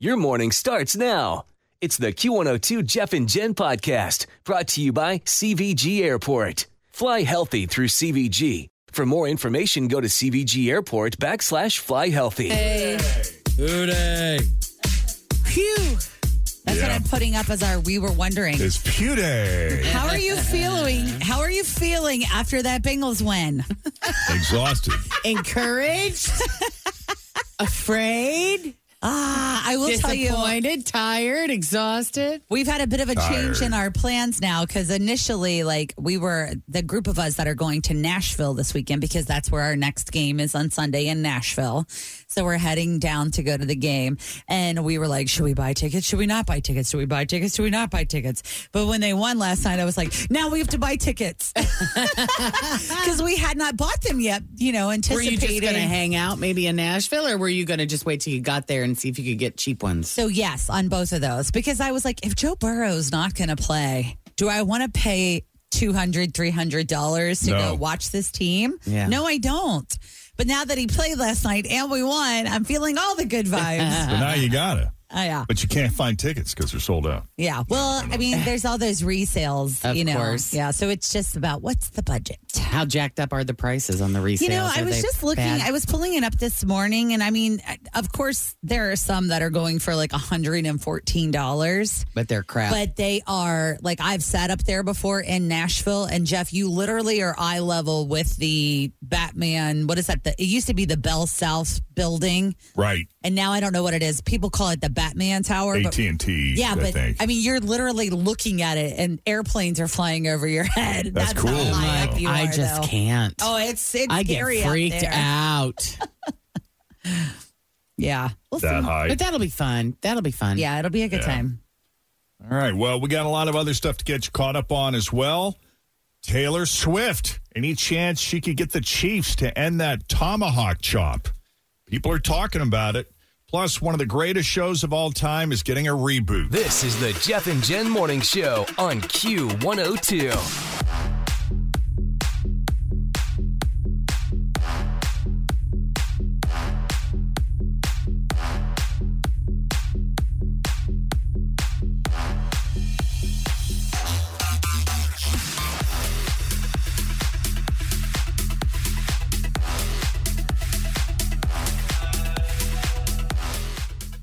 Your morning starts now. It's the Q102 Jeff and Jen podcast brought to you by CVG Airport. Fly healthy through CVG. For more information, go to CVG Airport backslash fly healthy. Hooray. Pew. That's what I'm putting up as our we were wondering. is Pew Day. How are you feeling? How are you feeling after that Bengals win? Exhausted. encouraged, afraid, Ah, I will tell you. disappointed, tired, exhausted. We've had a bit of a change in our plans now because initially, like, we were the group of us that are going to Nashville this weekend because that's where our next game is on Sunday in Nashville. So we're heading down to go to the game. And we were like, should we buy tickets? Should we not buy tickets? Should we buy tickets? Should we not buy tickets? But when they won last night, I was like, now we have to buy tickets because we had not bought them yet, you know, Were anticipating. you just going to hang out maybe in Nashville or were you going to just wait till you got there and see if you could get cheap ones? So yes, on both of those because I was like if Joe Burrow's not going to play, do I want to pay 200 300 dollars to go No. watch this team? Yeah. No, I don't. But now that he played last night and we won, I'm feeling all the good vibes. But now you gotta. Oh, yeah. But you can't find tickets because they're sold out. Yeah. Well, I mean, there's all those resales, Of you know. course. Yeah, so it's just about what's the budget. How jacked up are the prices on the resales? You know, I Are was they just looking. bad? I was pulling it up this morning, and I mean, of course, there are some that are going for like $114. but they're crap. But they are like I've sat up there before in Nashville, and Jeff, you literally are eye level with the Batman. What is that? The, it used to be the Bell South building, Right. and now I don't know what it is. People call it the Batman Tower. AT but- and T. yeah, I but think. I mean, you're literally looking at it, and airplanes are flying over your head. That's how cool. high up you I are, just though. can't. Oh, it's it's I get scary out freaked there. out. Yeah, We'll that see. high. But that'll be fun. That'll be fun. yeah, it'll be a good time. All right. Well, we got a lot of other stuff to get you caught up on as well. Taylor Swift. Any chance she could get the Chiefs to end that tomahawk chop? People are talking about it. Plus, one of the greatest shows of all time is getting a reboot. This is the Jeff and Jen Morning Show on Q102.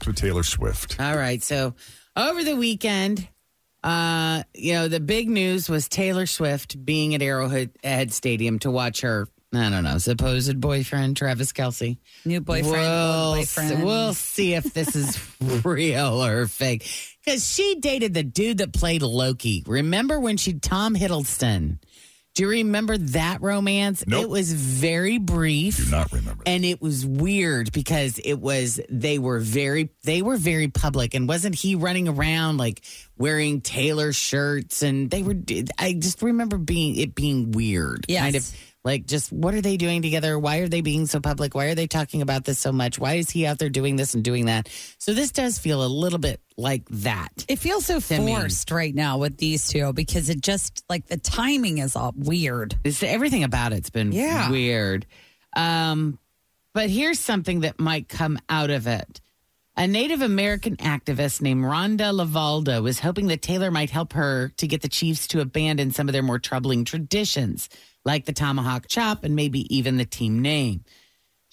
So Taylor Swift. All right. So over the weekend, uh, you know, the big news was Taylor Swift being at Arrowhead Head Stadium to watch her, I don't know, supposed boyfriend, Travis Kelsey. New boyfriend, old boyfriend. See, we'll see if this is real or fake. Because she dated the dude that played Loki. Remember when she Tom Hiddleston? Do you remember that romance? Nope. It was very brief. Do not remember. And it was weird because it was they were very they were very public and wasn't he running around like wearing Taylor shirts and they were I just remember being it being weird Yes. kind of like just what are they doing together why are they being so public why are they talking about this so much why is he out there doing this and doing that so this does feel a little bit like that It feels so To me. forced right now with these two because it just like the timing is all weird. It's everything about it's been Yeah. weird. Um, but here's something that might come out of it. A Native American activist named Rhonda Lavalda was hoping that Taylor might help her to get the Chiefs to abandon some of their more troubling traditions, like the tomahawk chop and maybe even the team name.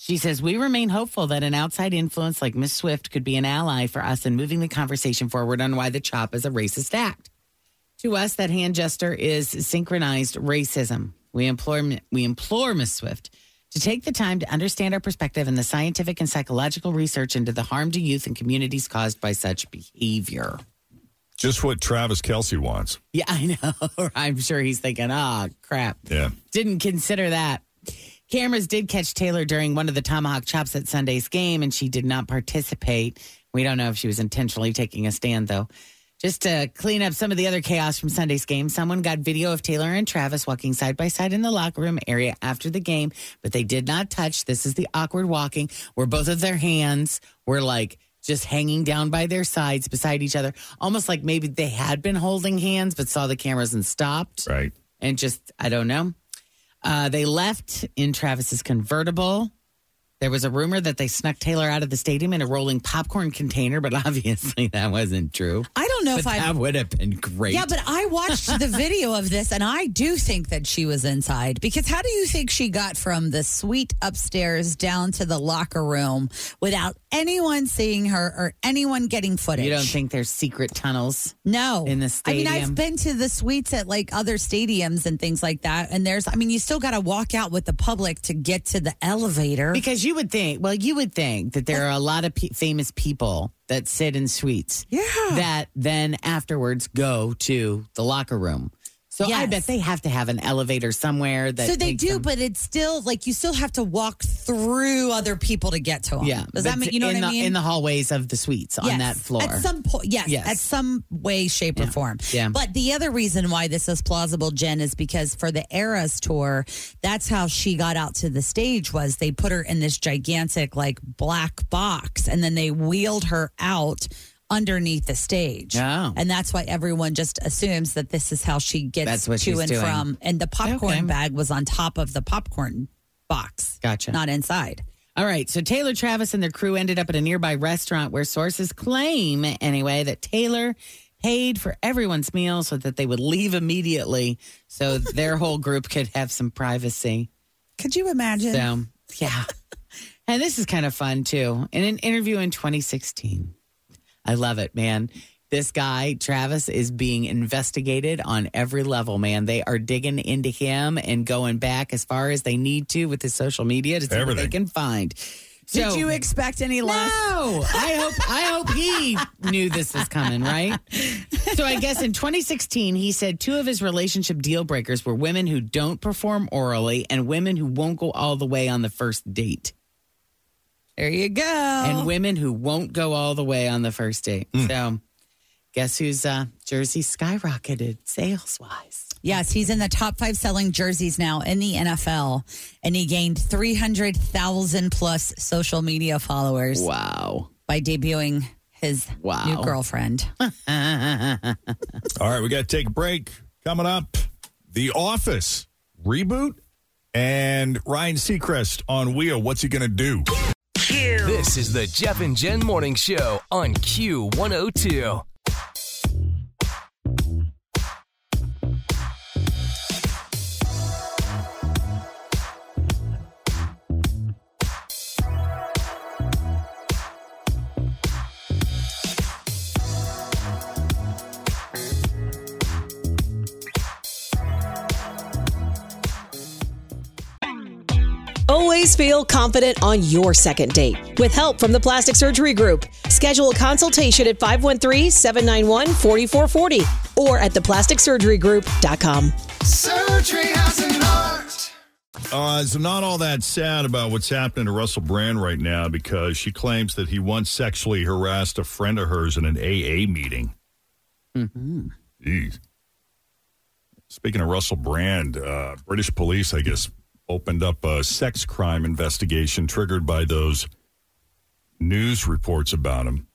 She says, We remain hopeful that an outside influence like Miss Swift could be an ally for us in moving the conversation forward on why the chop is a racist act. To us, that hand gesture is synchronized racism. We implore, we implore Ms. Swift to take the time to understand our perspective and the scientific and psychological research into the harm to youth and communities caused by such behavior. Just what Travis Kelsey wants. Yeah, I know. I'm sure he's thinking, oh, crap. Yeah. Didn't consider that. Cameras did catch Taylor during one of the tomahawk chops at Sunday's game, and she did not participate. We don't know if she was intentionally taking a stand, though. Just to clean up some of the other chaos from Sunday's game, someone got video of Taylor and Travis walking side by side in the locker room area after the game, but they did not touch. This is the awkward walking where both of their hands were like just hanging down by their sides beside each other, almost like maybe they had been holding hands but saw the cameras and stopped. Right. And just, I don't know. Uh, they left in Travis's convertible. There was a rumor that they snuck Taylor out of the stadium in a rolling popcorn container, but obviously that wasn't true. I don't know But if I. that would have been great. Yeah, but I watched the video of this and I do think that she was inside because how do you think she got from the suite upstairs down to the locker room without anyone seeing her or anyone getting footage? you don't think there's secret tunnels? No. in the I mean, stadium? I've been to the suites at like other stadiums and things like that. And there's, I mean, you still got to walk out with the public to get to the elevator. Because you would think, well, you would think that there are a lot of pe- famous people that sit in suites. Yeah. That then afterwards go to the locker room. So I Yes. bet they have to have an elevator somewhere that so they takes do, them- but it's still like you still have to walk through other people to get to them. yeah. Does but that mean, you know in what I the, mean? In the hallways of the suites on Yes. that floor. At some point, yes, Yes. at some way, shape, or form. Yeah. But the other reason why this is plausible, Jen, is because for the Eras tour, that's how she got out to the stage. Was they put her in this gigantic like black box, and then they wheeled her out underneath the stage. Oh. And that's why everyone just assumes that this is how she gets That's what to she's and doing. from. And the popcorn Okay. bag was on top of the popcorn box. Gotcha. Not inside. All right. So Taylor Travis and their crew ended up at a nearby restaurant where sources claim, anyway, that Taylor paid for everyone's meal so that they would leave immediately so their whole group could have some privacy. Could you imagine? So, yeah. And this is kind of fun, too. In an interview in 2016, I love it, man. This guy, Travis, is being investigated on every level, man. They are digging into him and going back as far as they need to with his social media to see what they Everything. can find. So, Did you expect any no, less? Oh, I hope I hope he knew this was coming, right? So I guess in 2016 he said two of his relationship deal breakers were women who don't perform orally and women who won't go all the way on the first date. There you go. And women who won't go all the way on the first date. So guess who's uh jersey skyrocketed sales wise. Yes, he's in the top five selling jerseys now in the NFL, and he gained 300,000 plus social media followers Wow. by debuting his Wow. new girlfriend. All right, we got to take a break. Coming up, The Office reboot and Ryan Seacrest on Wheel. What's he going to do? This is the Jeff and Jen Morning Show on Q102. Always feel confident on your second date. With help from the Plastic Surgery Group, schedule a consultation at 513-791-4440 or at theplasticsurgerygroup.com. Uh, so not all that sad about what's happening to Russell Brand right now because she claims that he once sexually harassed a friend of hers in an AA meeting. Mm-hmm. Jeez. Speaking of Russell Brand, uh, British police, I guess, opened up a sex crime investigation triggered by those news reports about him.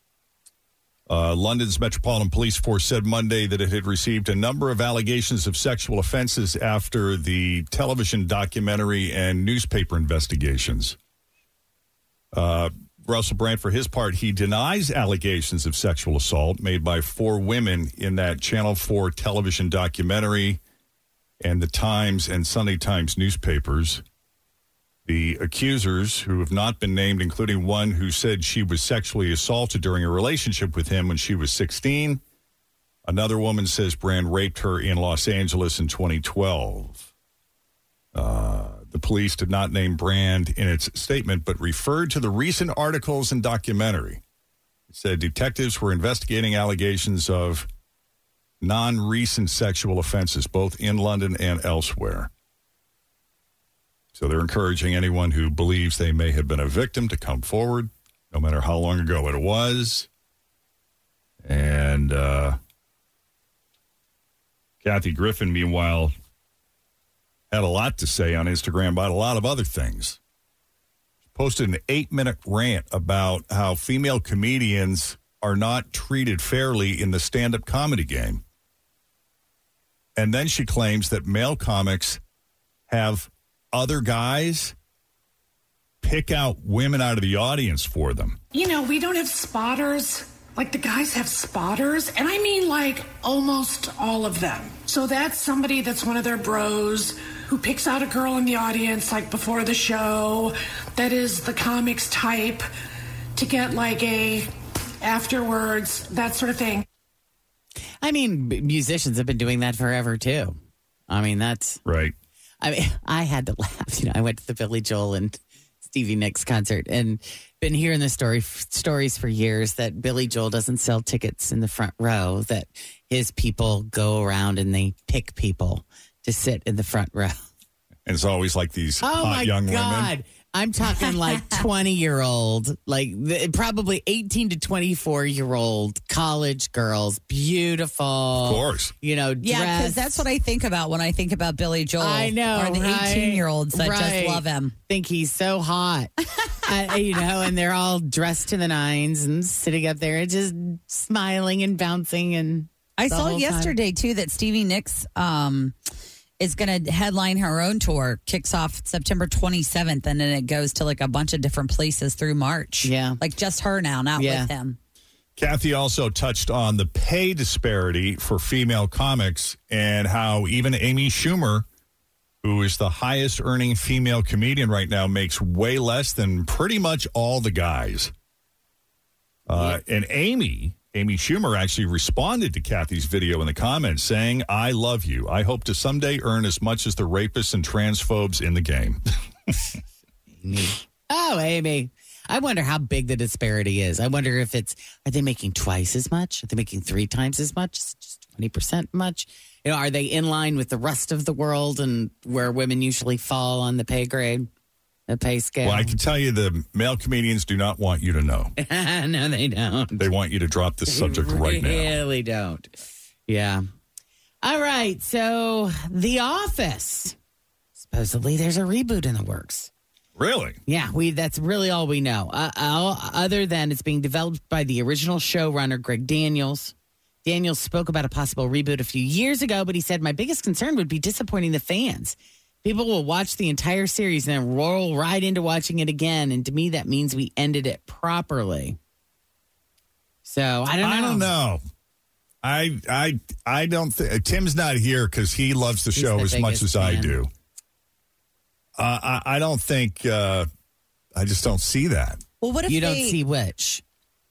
Uh, London's Metropolitan Police Force said Monday that it had received a number of allegations of sexual offenses after the television documentary and newspaper investigations. Uh, Russell Brand, for his part, he denies allegations of sexual assault made by four women in that Channel 4 television documentary and the Times and Sunday Times newspapers. The accusers, who have not been named, including one who said she was sexually assaulted during a relationship with him when she was 16, Another woman says Brand raped her in Los Angeles in 2012. Uh, the police did not name Brand in its statement, but referred to the recent articles and documentary. It said detectives were investigating allegations of non recent sexual offenses, both in London and elsewhere. So they're encouraging anyone who believes they may have been a victim to come forward, no matter how long ago it was. And uh, Kathy Griffin, meanwhile, had a lot to say on Instagram about a lot of other things. She posted an eight minute rant about how female comedians are not treated fairly in the stand up comedy game. And then she claims that male comics have other guys pick out women out of the audience for them. You know, we don't have spotters. Like the guys have spotters, and I mean like almost all of them. So that's somebody that's one of their bros who picks out a girl in the audience like before the show that is the comics type to get like a afterwards, that sort of thing. I mean, b- musicians have been doing that forever too. I mean, that's Right. I mean, I had to laugh. You know, I went to the Billy Joel and Stevie Nicks concert, and been hearing the story stories for years that Billy Joel doesn't sell tickets in the front row. That his people go around and they pick people to sit in the front row. And it's always like these Oh hot my young god! women. I'm talking like 20 year old, like the, probably 18 to 24 year old college girls, beautiful. Of course. You know, Yeah, because that's what I think about when I think about Billy Joel. I know, Or the 18 right? year olds that Right. just love him. think he's so hot. uh, you know, and they're all dressed to the nines and sitting up there and just smiling and bouncing and I the saw whole time. yesterday too that Stevie Nicks um, is going to headline her own tour. Kicks off September 27th, and then it goes to like a bunch of different places through March. Yeah. like just her now, not Yeah. with him. Kathy also touched on the pay disparity for female comics and how even Amy Schumer, who is the highest earning female comedian right now, makes way less than pretty much all the guys. Uh, And Amy, Amy Schumer actually responded to Kathy's video in the comments saying, I love you. I hope to someday earn as much as the rapists and transphobes in the game. Oh, Amy. I wonder how big the disparity is. I wonder if it's are they making twice as much? Are they making three times as much? Is it just twenty percent much? You know, are they in line with the rest of the world and where women usually fall on the pay grade, the pay scale? Well, I can tell you the male comedians do not want you to know. no, they don't. They want you to drop this subject right really now. don't. Yeah. All right. So, The Office. Supposedly, there's a reboot in the works. Really? Yeah, we. That's really all we know. Uh, all, other than it's being developed by the original showrunner Greg Daniels. Daniels spoke about a possible reboot a few years ago, but he said my biggest concern would be disappointing the fans. People will watch the entire series and then roll right into watching it again, and to me, that means we ended it properly. So I don't. know. I don't know. I I I don't think Tim's not here because he loves the He's show the as much biggest as I fan. do. Uh, I I don't think uh, I just don't see that. Well, what if You don't they- see which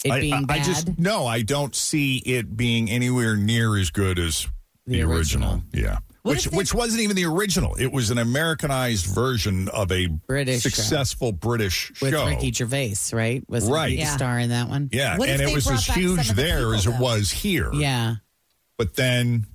it I, being I, bad. I just no. I don't see it being anywhere near as good as the, The original. Yeah. What which if they- which wasn't even the original. It was an Americanized version of a British show. successful British with show. Ricky Gervais, right? Was Right. Ricky Yeah. star in that one? yeah, What if and it they was brought as back some huge of the there people, as it though? was here. Yeah. but then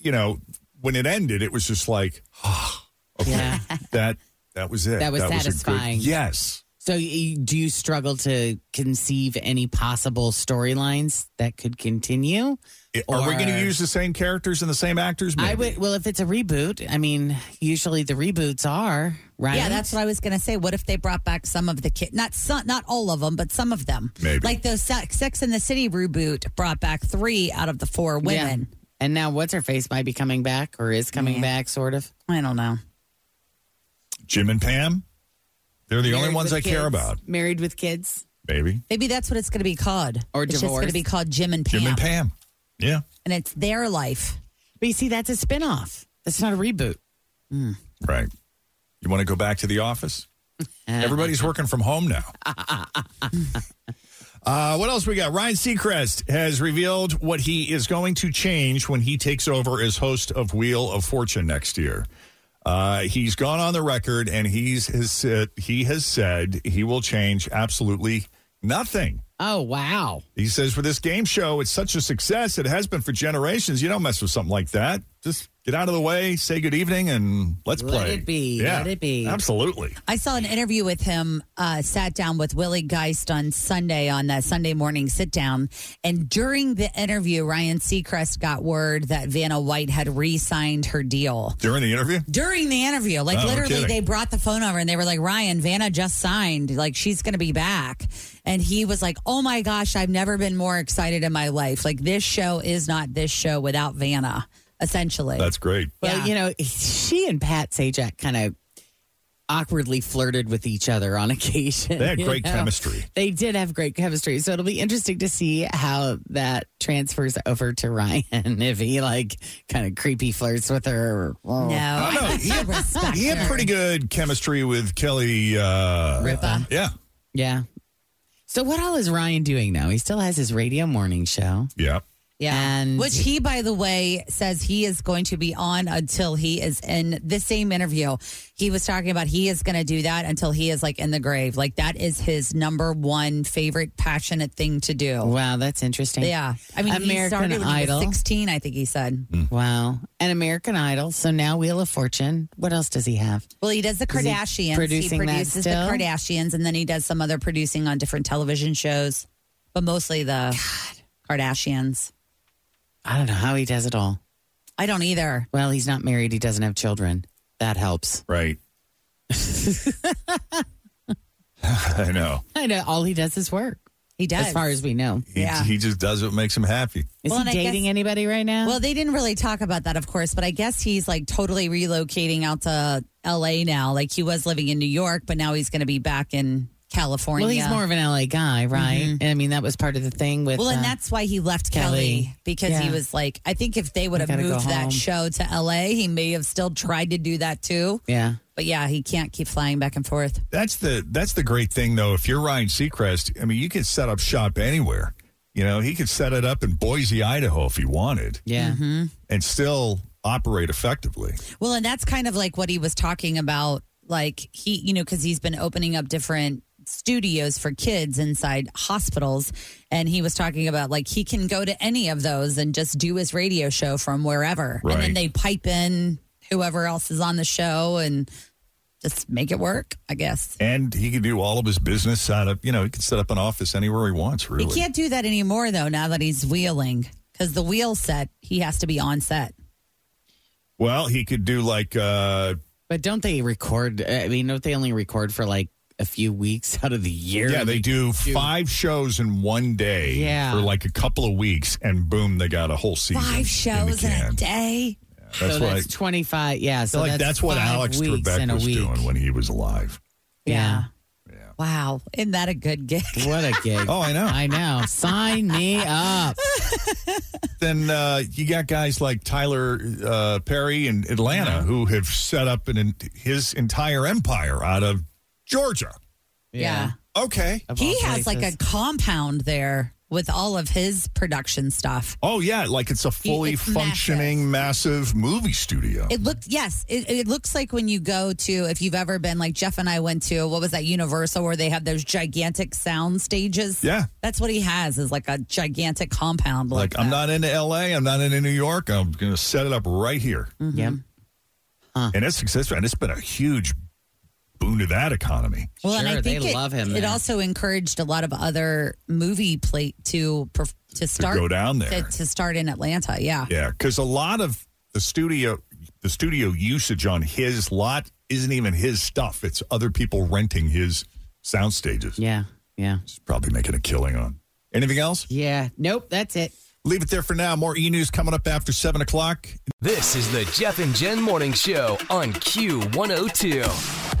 you know when it ended it was just like "Ah, okay Yeah. that that was it That was a good- satisfying. yes So, y- do you struggle to conceive any possible storylines that could continue? I- Eh, are we going Or- to use the same characters and the same actors Maybe. I would. Well, if it's a reboot, I mean, usually the reboots are right. Yeah, that's what I was going to say. What if they brought back some of the kids? Not some, not all of them, but some of them. Maybe. Like the Se- Sex and the City reboot brought back three out of the four Yeah. women. And now, what's her face might be coming back or is coming back, sort of. I don't know. jim and pam they're the only Married ones i with care Kids. about Married with kids. baby Maybe that's what it's going to be called. Or it's just going to divorced. be called Jim and Pam, jim and pam yeah and it's their life. But you see, that's a spinoff. That's not a reboot. right you want to go back to the office everybody's working from home now Uh, what else we got? Ryan Seacrest has revealed what he is going to change when he takes over as host of Wheel of Fortune next year. Uh, he's gone on the record and he's has uh, he has said he will change absolutely nothing. Oh, wow. He says for this game show, it's such a success. It has been for generations. You don't mess with something like that. Just get out of the way, say good evening, and let's Let play. it be. Yeah, Let it be. Absolutely. I saw an interview with him, uh, sat down with Willie Geist on Sunday on that Sunday morning sit down. And during the interview, Ryan Seacrest got word that Vanna White had re signed her deal. During the interview, During the interview, like Oh, no literally, kidding. they brought the phone over and they were like, Ryan, Vanna just signed. Like, she's going to be back. And he was like, Oh my gosh, I've never been more excited in my life. Like, this show is not this show without Vanna, essentially. that's great. Well, Yeah. you know, she and Pat Sajak kind of awkwardly flirted with each other on occasion. They had you great know? chemistry. They did have great chemistry. So it'll be interesting to see how that transfers over to Ryan if he like kind of creepy flirts with her. no, I don't know. think He he respects He had her. pretty good chemistry with Kelly uh, Ripa. Yeah, Yeah. So what all is Ryan doing now? He still has his radio morning show. yeah. Yeah. And- Which he, by the way, says he is going to be on until he is in the same interview. He was talking about he is going to do that until he is like in the grave. Like that is his number one favorite passionate thing to do. Wow, that's interesting. Yeah. I mean, he American started when Idol. Mm. he was 16, I think he said. Wow. And American Idol. So now Wheel of Fortune. What else does he have? Well, he does the he Kardashians. He, producing that produces the still? Kardashians and then he does some other producing on different television shows, but mostly the Kardashians. I don't know how he does it all. I don't either. Well, he's not married. He doesn't have children. That helps. Right. I know. I know. All he does is work, He does. as far as we know. He, Yeah. he just does what makes him happy. Is Well, and he I dating guess- anybody right now? Well, they didn't really talk about that, of course, but I guess he's like totally relocating out to LA now. Like he was living in New York, but now he's going to be back in California. well, he's more of an LA guy, right? And I mean, that was part of the thing with. Mm-hmm. Well, uh, and that's why he left Kelly, Kelly. because he Yeah. was like, I think if they would I have gotta go moved that home. show to LA, he may have still tried to do that too. yeah. But yeah, he can't keep flying back and forth. That's the that's the great thing though. If you're Ryan Seacrest, I mean, you could set up shop anywhere. You know, he could set it up in Boise, Idaho, if he wanted, Yeah. Mm-hmm. and still operate effectively. Well, and that's kind of like what he was talking about. Like he, you know, because he's been opening up different studios for kids inside hospitals. And he was talking about like he can go to any of those and just do his radio show from wherever. And Right. then they pipe in whoever else is on the show and just make it work, I guess. And he could do all of his business out of you know, he could set up an office anywhere he wants. Really, He can't do that anymore, though, now that he's wheeling because the wheel set, he has to be on set. Well, he could do like uh But don't they record? uh, I mean, don't they only record for like a few weeks out of the year? yeah, they do five shows in one day Yeah. for like a couple of weeks, and boom, they got a whole season. Five shows in, the in a can. day. That's so why. that's 25. Yeah. So like that's, that's, what five Alex weeks in Trebek a was week. doing when he was alive. Yeah. Wow. Isn't that a good gig? What a gig. Oh, I know. I know. Sign me up. then uh, you got guys like Tyler uh, Perry in Atlanta who have set up an, an his entire empire out of Georgia. Yeah. Okay. Of He all has like a places. compound there with all of his production stuff. Oh yeah, like it's a fully It's massive. functioning, massive. movie studio. It looked yes, it, it looks like when you go to if you've ever been like Jeff and I went to what was that Universal where they have those gigantic sound stages. Yeah. that's what he has is like a gigantic compound. like Like, I'm that. not into L.A. I'm not into New York. I'm going to set it up right here, Mm-hmm. Yep. and it's successful. And it's been a huge boon to that economy. Well, and I Sure, think they it, love him It there. also encouraged a lot of other movie plate to perf- to start go down there. to, to start in Atlanta. Yeah, Yeah, because a lot of the studio, the studio usage on his lot isn't even his stuff. It's other people renting his sound stages. Yeah. Yeah. He's probably making a killing on. Anything else? Yeah. Nope. That's it. Leave it there for now. More e news coming up after seven o'clock. This is the Jeff and Jen Morning Show on Q102.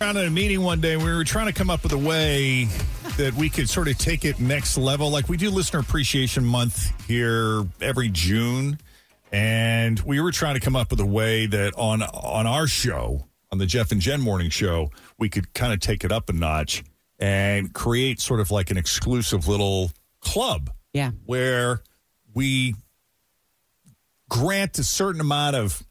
Around at a meeting one day, we were trying to come up with a way that we could sort of take it next level. Like we do Listener Appreciation Month here every June, and we were trying to come up with a way that on on our show, on the Jeff and Jen Morning Show, we could kind of take it up a notch and create sort of like an exclusive little club Yeah. where we grant a certain amount of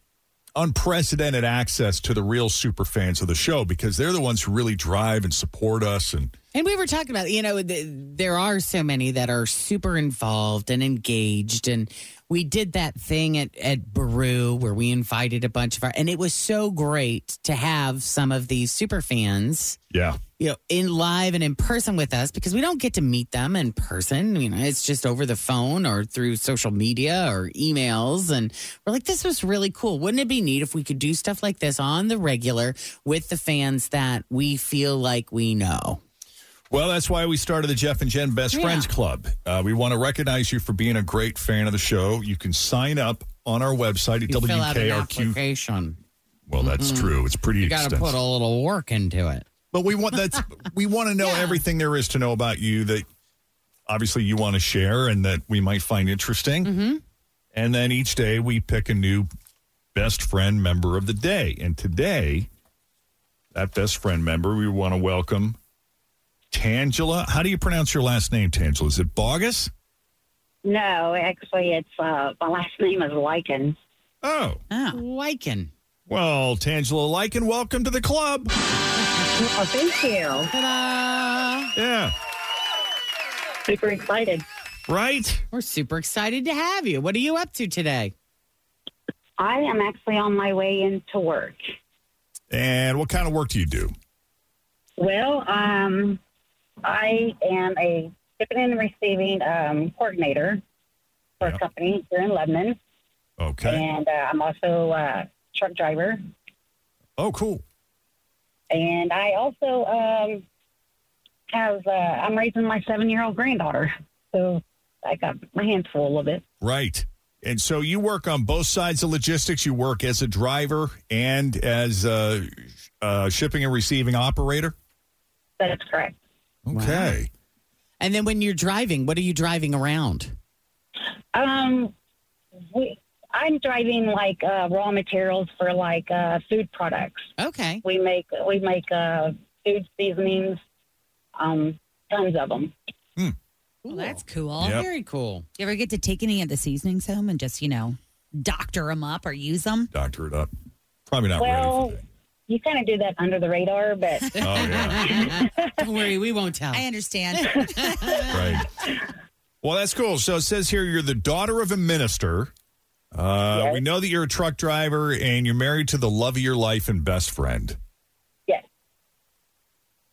unprecedented access to the real super fans of the show because they're the ones who really drive and support us and And we were talking about, you know, th- there are so many that are super involved and engaged. And we did that thing at, at Baru where we invited a bunch of our, and it was so great to have some of these super fans, yeah you know, in live and in person with us because we don't get to meet them in person. You know, it's just over the phone or through social media or emails. And we're like, this was really cool. Wouldn't it be neat if we could do stuff like this on the regular with the fans that we feel like we know? Well, that's why we started the Jeff and Jen Best Yeah. Friends Club. Uh, we want to recognize you for being a great fan of the show. You can sign up on our website at You fill out an WKRQ. application. Well, that's Mhm. true. It's pretty You got to extensive. put a little work into it. but we want that's we want to know everything there is to know about you that obviously you want to share and that we might find interesting. And then each day we pick a new best friend member of the day. And today, that best friend member, we want to welcome Tangela. How do you pronounce your last name, Tangela? Is it Bogus? No, actually, it's uh, my last name is Lycan. Oh, Ah, Lycan. well, Tangela Lycan, welcome to the club. Oh, thank you. Ta-da! Yeah, Super excited. right? We're super excited to have you. What are you up to today? I am actually on my way into work. And what kind of work do you do? Well, um, I am a shipping and receiving um, coordinator for Yeah. a company here in Lebanon, Okay. and uh, I'm also a truck driver. Oh, cool. And I also um, have uh, I'm raising my seven year old granddaughter, so I got my hands full a little bit. Right. And so you work on both sides of logistics. You work as a driver and as a, uh shipping and receiving operator. That's correct. Okay. And then when you're driving, what are you driving around? Um, we, I'm driving like uh, raw materials for like uh, food products. Okay. We make we make uh, food seasonings, um, tons of them. Well, Cool. that's cool. Yep. Oh, very cool. You ever get to take any of the seasonings home and just, you know, doctor them up or use them? Doctor it up. Probably not Well- ready You kind of do that under the radar, but for that. Oh, yeah. Don't worry, we won't tell. I understand. right. Well, that's cool. So it says here you're the daughter of a minister. Uh, Yes. We know that you're a truck driver and you're married to the love of your life and best friend. Yes.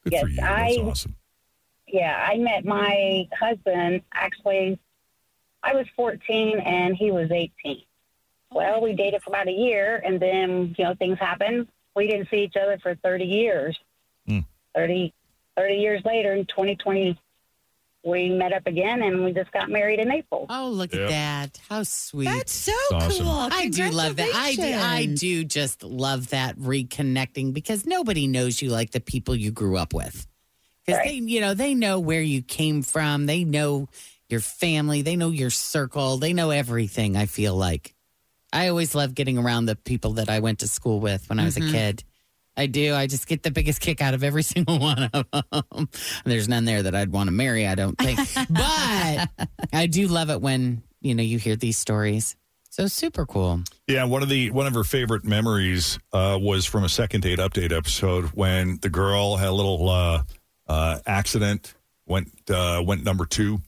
Good Yes, for you. That's I- awesome. yeah, I met my husband actually. I was 14 and he was 18. Well, we dated for about a year, and then you know things happened. We didn't see each other for 30 years. Hmm. Thirty, thirty 30, years later, in 2020, we met up again, and we just got married in April. Oh, look at Yep. that. How sweet. That's so Awesome. cool. I do love that. I do, I Congratulations. do just love that reconnecting because nobody knows you like the people you grew up with. Because they, you know, they know where you came from. They know your family. They know your circle. They know everything. I feel like I always love getting around the people that I went to school with when I was a Mhm. kid. I do. I just get the biggest kick out of every single one of them. There's none there that I'd want to marry. I don't think, but I do love it when you know you hear these stories. So super cool. Yeah, one of the one of her favorite memories uh, was from a second date update episode when the girl had a little uh, uh, accident, went uh, went number two.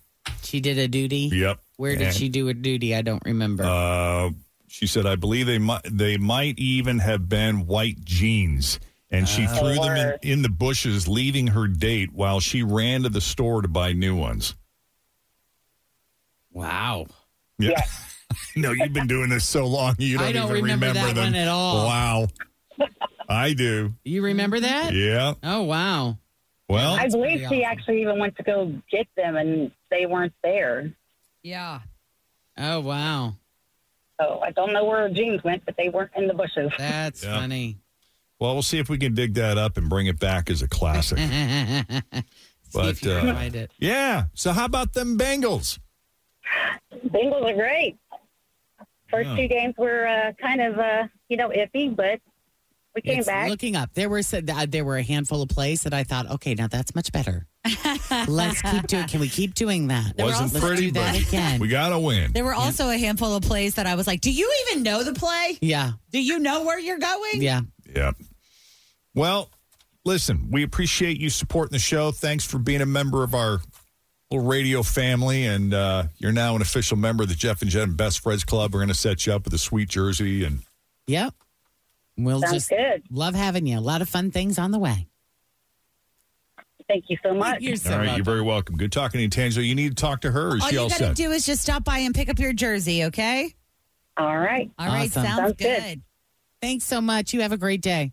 She did a duty. Yep. Where did And, she do a duty? I don't remember. Uh, she said, "I believe they might they might even have been white jeans." and she Oh, threw them in, in the bushes, leaving her date while she ran to the store to buy new ones. Wow. Yeah. no, you've been doing this so long, you don't, I don't even remember remember, that them one at all. Wow. I do. You remember that? Yeah. Oh, wow. Well, I believe she actually even went to go get them, and they weren't there. Yeah. Oh, wow. So Oh, I don't know where her jeans went, but they weren't in the bushes. That's Yeah. funny. well, we'll see if we can dig that up and bring it back as a classic. but uh, if you can find it. yeah. So how about them Bengals? Bengals are great. First Yeah. two games were uh, kind of, uh, you know, iffy, but we came It's back. looking up. There were said uh, there were a handful of plays that I thought, okay, now that's much better. Let's keep doing. Can we keep doing that? There were Wasn't also- pretty, Let's do that but again. we got to win. There were also a handful of plays that I was like, do you even know the play? Yeah, Do you know where you're going? yeah. Yep. Well, listen, we appreciate you supporting the show. Thanks for being a member of our little radio family. And uh, you're now an official member of the Jeff and Jen Best Friends Club. We're going to set you up with a sweet jersey. And Yep. We'll Sounds just good. love having you. A lot of fun things on the way. Thank you so much. You're so all right, welcome. you're very welcome. Good talking to you, Tangela. You need to talk to her. Or is All she you all got to set? do is just stop by and pick up your jersey, okay? All right. All right, Awesome. sounds, Sounds good. good. Thanks so much. You have a great day.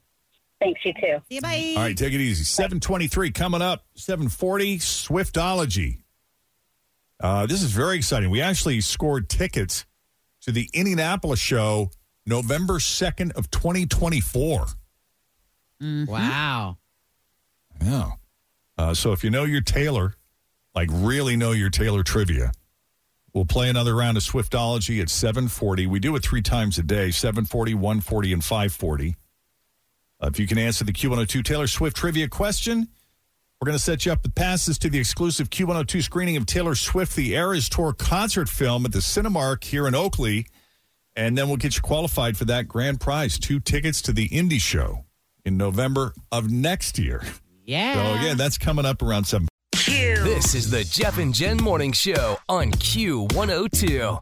Thanks, you too. See you, bye. all right, take it easy. 723 coming up, 740, Swiftology. Uh, this is very exciting. We actually scored tickets to the Indianapolis show November 2nd of 2024. Wow. Yeah. Uh, so if you know your Taylor, like really know your Taylor trivia, we'll play another round of Swiftology at 740. We do it three times a day, 740, 140, and 540. Uh, if you can answer the Q102 Taylor Swift trivia question, we're going to set you up with passes to the exclusive Q102 screening of Taylor Swift, the Eras Tour concert film at the Cinemark here in Oakley. And then we'll get you qualified for that grand prize two tickets to the indie show in November of next year. Yeah. So again, that's coming up around seven. This is the Jeff and Jen Morning Show on Q102.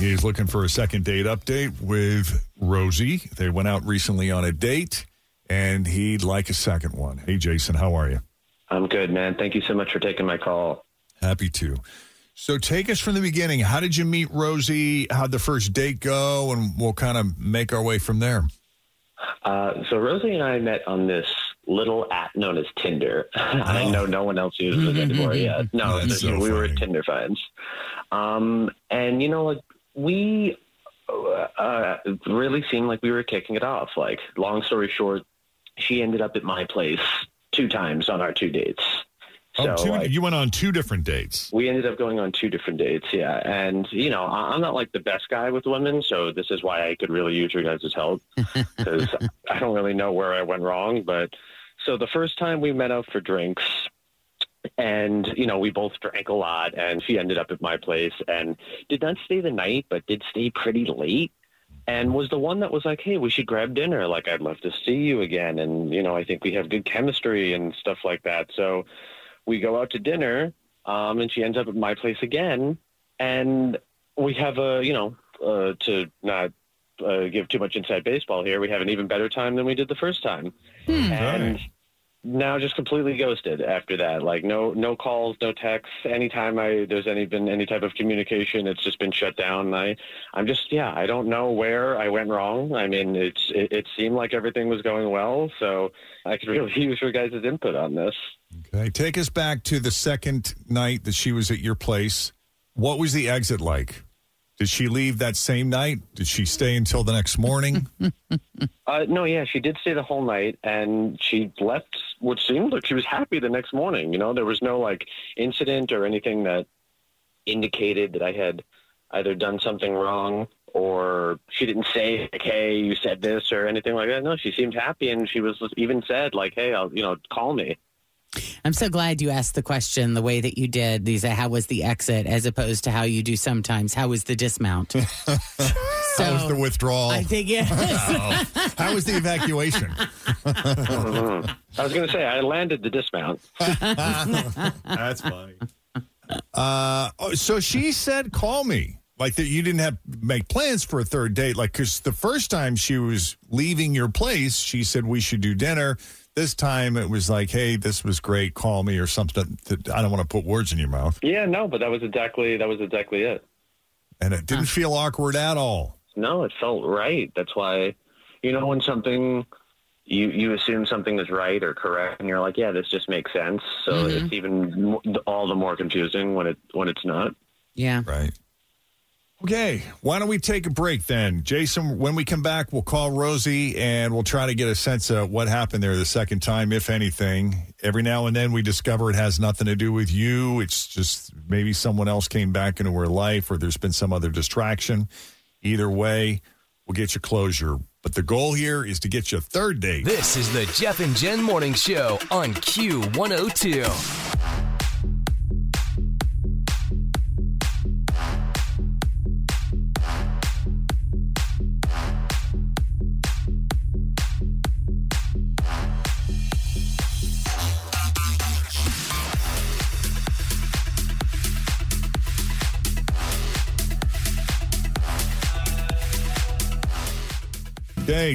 He's looking for a second date update with Rosie. They went out recently on a date, and he'd like a second one. Hey, Jason, how are you? I'm good, man. Thank you so much for taking my call. Happy to. So take us from the beginning. How did you meet Rosie? How'd the first date go? And we'll kind of make our way from there. Uh, so Rosie and I met on this little app known as Tinder. I know no one else uses it anymore. Yeah, Mm-hmm. no, That's you know, so we were funny. Tinder fans, um, and you know, like we uh, really seemed like we were kicking it off. Like, long story short, she ended up at my place two times on our two dates. So Oh, two like, you went on two different dates. We ended up going on two different dates, yeah. And, you know, I- I'm not like the best guy with women, so this is why I could really use your guys' help because I don't really know where I went wrong. But so the first time we met out for drinks, and, you know, we both drank a lot, and she ended up at my place and did not stay the night, but did stay pretty late. And was the one that was like, hey, we should grab dinner. Like, I'd love to see you again. And, you know, I think we have good chemistry and stuff like that. So we go out to dinner um, and she ends up at my place again. And we have a, you know, uh, to not uh, give too much inside baseball here, we have an even better time than we did the first time. And Right. now just completely ghosted after that. Like no, no calls, no texts. Anytime I there's any been any type of communication, it's just been shut down. I, I'm just yeah, I don't know where I went wrong. I mean, it's it, it seemed like everything was going well, so I could really use your guys' input on this. Okay. Take us back to the second night that she was at your place. What was the exit like? Did she leave that same night? Did she stay until the next morning? Uh, no, yeah, she did stay the whole night, and she left, which seemed like she was happy the next morning. You know, there was no like incident or anything that indicated that I had either done something wrong or she didn't say like, "Hey, you said this" or anything like that. No, she seemed happy, and she was even said like, "Hey, I'll you know call me." I'm so glad you asked the question the way that you did, Lisa. How was the exit as opposed to how you do sometimes? How was the dismount? so, How was the withdrawal? I think yes. Oh. How was the evacuation? Mhm. I was going to say I landed the dismount. That's funny. Uh, oh, so she said, "Call me." Like that, you didn't have make plans for a third date. Like because the first time she was leaving your place, she said we should do dinner. This time it was like, "Hey, this was great. Call me" or something. That I don't want to put words in your mouth, Yeah, no, but that was exactly that was exactly it. and it didn't feel awkward at all. No, it felt right. That's why, you know, when something you you assume something is right or correct, and you're like, yeah, this just makes sense. So Mhm. it's even mo- all the more confusing when it when it's not. Yeah. Right. Okay, why don't we take a break then? Jason, when we come back, we'll call Rosie and we'll try to get a sense of what happened there the second time, if anything. Every now and then we discover it has nothing to do with you. It's just maybe someone else came back into her life or there's been some other distraction. Either way, we'll get you closure. But the goal here is to get you a third date. This is the Jeff and Jen Morning Show on Q102. Okay,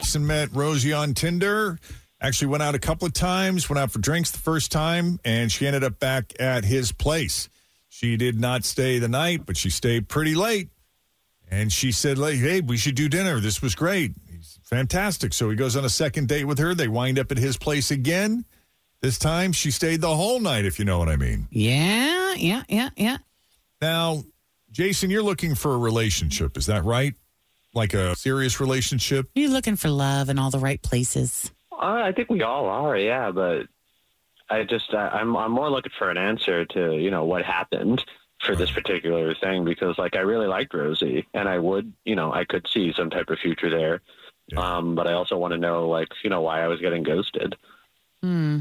Jason met Rosie on Tinder. Actually, went out a couple of times, went out for drinks the first time, and she ended up back at his place. She did not stay the night, but she stayed pretty late. And she said, like, Hey, we should do dinner. This was great. He's fantastic. So he goes on a second date with her. They wind up at his place again. This time she stayed the whole night, if you know what I mean. Yeah, yeah, yeah, yeah. Now, Jason, you're looking for a relationship. Is that right? Like a serious relationship? You're looking for love in all the right places. Uh, I think we all are, yeah. But I just I, I'm I'm more looking for an answer to you know what happened for this particular thing because like I really liked Rosie and I would you know I could see some type of future there. Um, but I also want to know, like, you know, why I was getting ghosted. Hmm.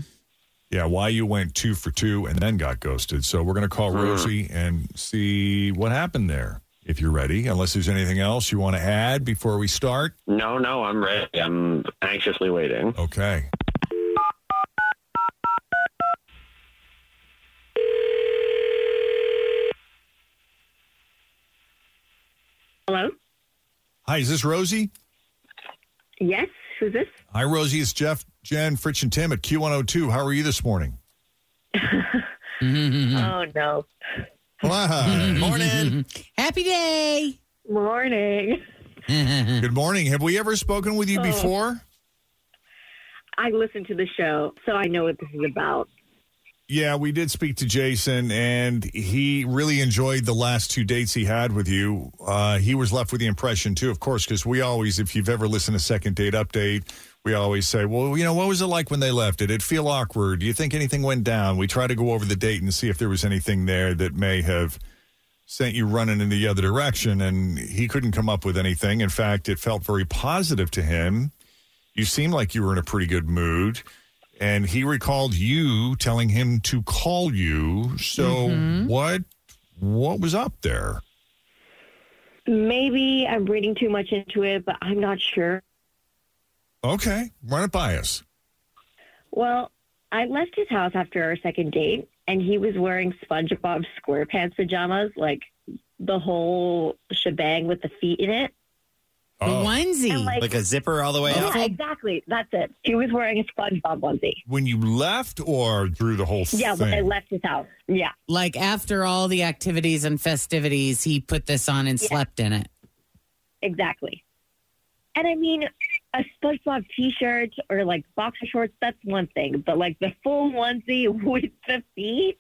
Yeah, why you went two for two and then got ghosted. So we're going to call Rosie and see what happened there if you're ready, unless there's anything else you want to add before we start. No, no, I'm ready. I'm anxiously waiting. Okay. Hello? Hi, is this Rosie? Yes? Who's this? Hi, Rosie. It's Jeff, Jen, Fritch, and Tim at Q102. How are you this morning? Oh, no. Hi. Morning. Happy day. Morning. Good morning. Have we ever spoken with you Oh. before? I listen to the show, so I know what this is about. Yeah, we did speak to Jason, and he really enjoyed the last two dates he had with you. Uh, he was left with the impression, too, of course, because we always, if you've ever listened to Second Date Update, we always say, well, you know, what was it like when they left? Did it feel awkward? Do you think anything went down? We try to go over the date and see if there was anything there that may have sent you running in the other direction, and he couldn't come up with anything. In fact, it felt very positive to him. You seemed like you were in a pretty good mood, and he recalled you telling him to call you. So Mm-hmm. what what was up there? Maybe I'm reading too much into it, but I'm not sure. Okay, run it by us. Well, I left his house after our second date, and he was wearing SpongeBob SquarePants pajamas, like the whole shebang with the feet in it. The Uh, onesie. And, Oh. Like, a zipper all the way yeah, up. exactly. That's it. She was wearing a SpongeBob onesie. When you left or through the whole Yeah, thing? when I left his house. Yeah. Like after all the activities and festivities, he put this on and Yeah. slept in it. Exactly. And I mean, a SpongeBob t-shirt or like boxer shorts, that's one thing. But like the full onesie with the feet,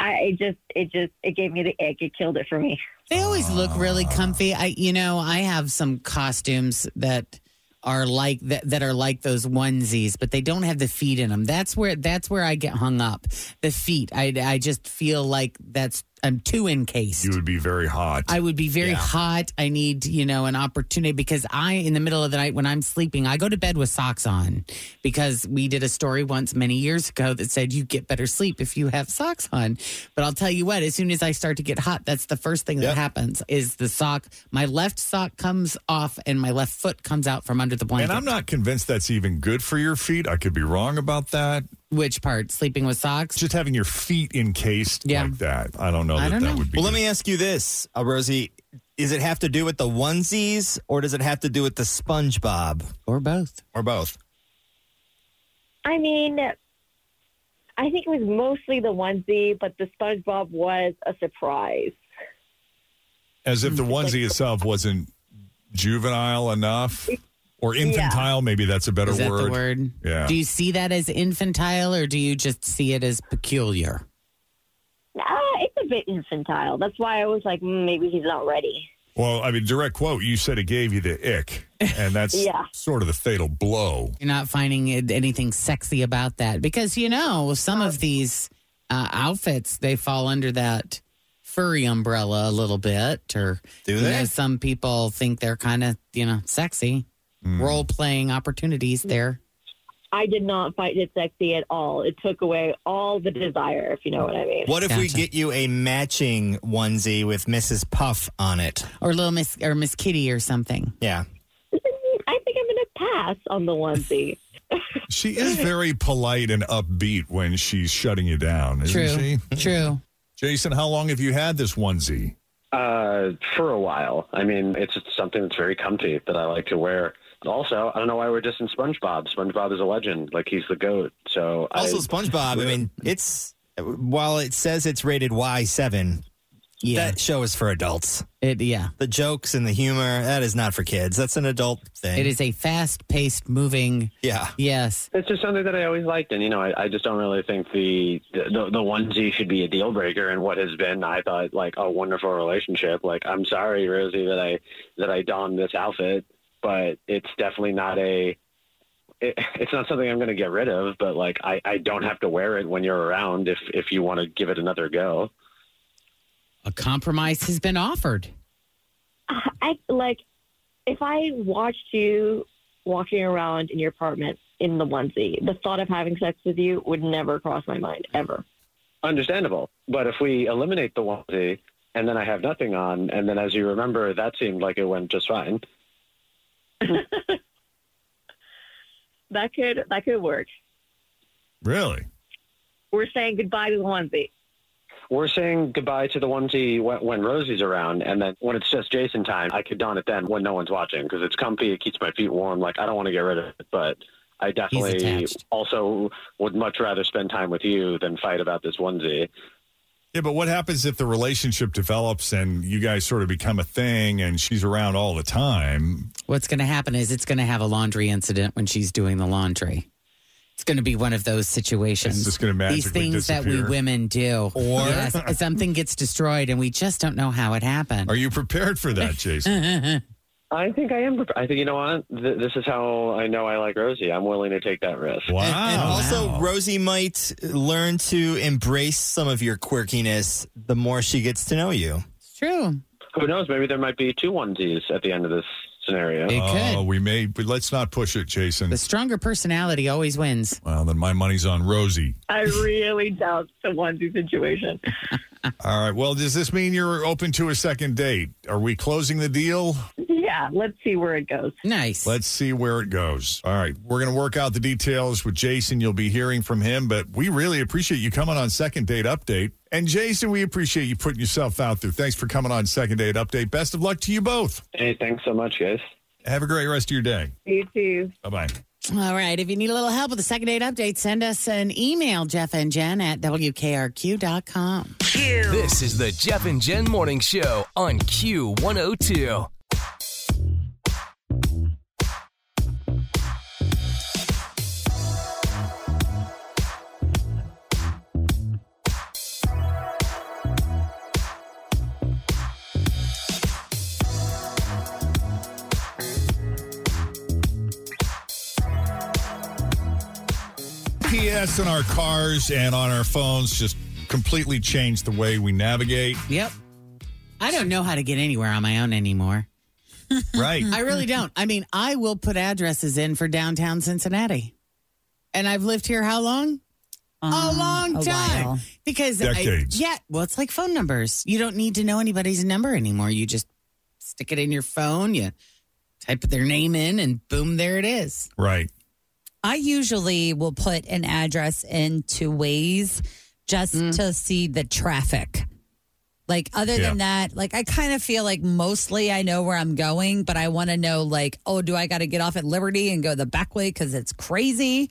I it just, it just, it gave me the ick. It killed it for me. They always look really comfy. I, you know, I have some costumes that are like that, that are like those onesies, but they don't have the feet in them. That's where that's where I get hung up. The feet. I I just feel like that's I'm too encased. You would be very hot. I would be very Yeah. hot. I need, you know, an opportunity because I, in the middle of the night when I'm sleeping, I go to bed with socks on because we did a story once many years ago that said you get better sleep if you have socks on. But I'll tell you what, as soon as I start to get hot, that's the first thing that happens is the sock, my left sock comes off and my left foot comes out from under the blanket. And I'm not convinced that's even good for your feet. I could be wrong about that. Which part? Sleeping with socks? Just having your feet encased like that. I don't know that that would be. Well, let me ask you this, uh, Rosie. Does it have to do with the onesies or does it have to do with the SpongeBob? Or both. Or both. I mean, I think it was mostly the onesie, but the SpongeBob was a surprise. As if the onesie itself wasn't juvenile enough or infantile. Maybe that's a better Is that the word. word? Yeah. Do you see that as infantile or do you just see it as peculiar? Uh, it's a bit infantile. That's why I was like, mm, maybe he's not ready. well, I mean, direct quote. You said it gave you the ick, and that's Yeah. sort of the fatal blow. You're not finding it- anything sexy about that because you know some of these uh, outfits they fall under that furry umbrella a little bit, or Do you they? know, some people think they're kind of you know sexy Hmm. role playing opportunities there. I did not find it sexy at all. It took away all the desire, if you Oh. know what I mean. What if we get you a matching onesie with Mrs. Puff on it? Or little Miss or Miss Kitty or something. Yeah. I think I'm going to pass on the onesie. She is very polite and upbeat when she's shutting you down, isn't she? True. Jason, how long have you had this onesie? Uh, for a while. I mean, it's something that's very comfy that I like to wear. Also, I don't know why we're just in SpongeBob. SpongeBob is a legend. Like he's the goat. So Also, I, SpongeBob, I mean, it's while it says it's rated Y7, that show is for adults. It, yeah. The jokes and the humor, that is not for kids. That's an adult thing. It is a fast paced moving. Yeah. Yes. It's just something that I always liked, and you know, I, I just don't really think the, the the onesie should be a deal breaker in what has been, I thought, like a wonderful relationship. Like, I'm sorry, Rosie, that I that I donned this outfit, but it's definitely not a. It, it's not something I'm going to get rid of, but like I, I don't have to wear it when you're around if if you want to give it another go. A compromise has been offered. I like if I watched you walking around in your apartment in the onesie. The thought of having sex with you would never cross my mind ever. Understandable, but if we eliminate the onesie and then I have nothing on, and then as you remember, that seemed like it went just fine. That could that could work. Really? We're saying goodbye to the onesie. We're saying goodbye to the onesie when, when Rosie's around, and then when it's just Jason time, I could don it then when no one's watching because it's comfy, it keeps my feet warm. Like I don't want to get rid of it, but I definitely attached. also would much rather spend time with you than fight about this onesie. Yeah, but what happens if the relationship develops and you guys sort of become a thing and she's around all the time? What's going to happen is it's going to have a laundry incident when she's doing the laundry. It's going to be one of those situations. It's just gonna These magically things that disappear. we women do. Or- Yes, something gets destroyed and we just don't know how it happened. Are you prepared for that, Jason? I think I am. prep- I think you know what. Th- this is how I know I like Rosie. I'm willing to take that Oh, risk. Wow. And also, Rosie might learn to embrace some of your quirkiness the more she gets to know you. True. Who knows? Maybe there might be two onesies at the end of this scenario. Oh, we may, but let's not push it, Jason. The stronger personality always wins. Well, then my money's on Rosie. I really doubt the onesie situation. All right. Well, does this mean you're open to a second date? Are we closing the deal? Yeah, let's see where it goes. Nice. Let's see where it goes. All right. We're going to work out the details with Jason. You'll be hearing from him, but we really appreciate you coming on Second Date Update And Jason, we appreciate you putting yourself out there. Thanks for coming on Second Date Update. Best of luck to you both. Hey, thanks so much, guys. Have a great rest of your day. You too. Bye bye. All right. If you need a little help with the second date update, send us an email, Jeff and Jen at WKRQ.com. This is the Jeff and Jen Morning Show on Q102. PS in our cars and on our phones just completely changed the way we navigate. Yep. I don't know how to get anywhere on my own anymore. Right. I really don't. I mean, I will put addresses in for downtown Cincinnati. And I've lived here how long? a long a time. while. Because I- Decades. yeah, well, it's like phone numbers. You don't need to know anybody's number anymore. You just stick it in your phone, you type their name in, and boom, there it is. Right. I usually will put an address into Waze just Mm. to see the traffic. Like other than that, like I kind of feel like mostly I know where I'm going, but I want to know like, oh, do I got to get off at Liberty and go the back way because it's crazy?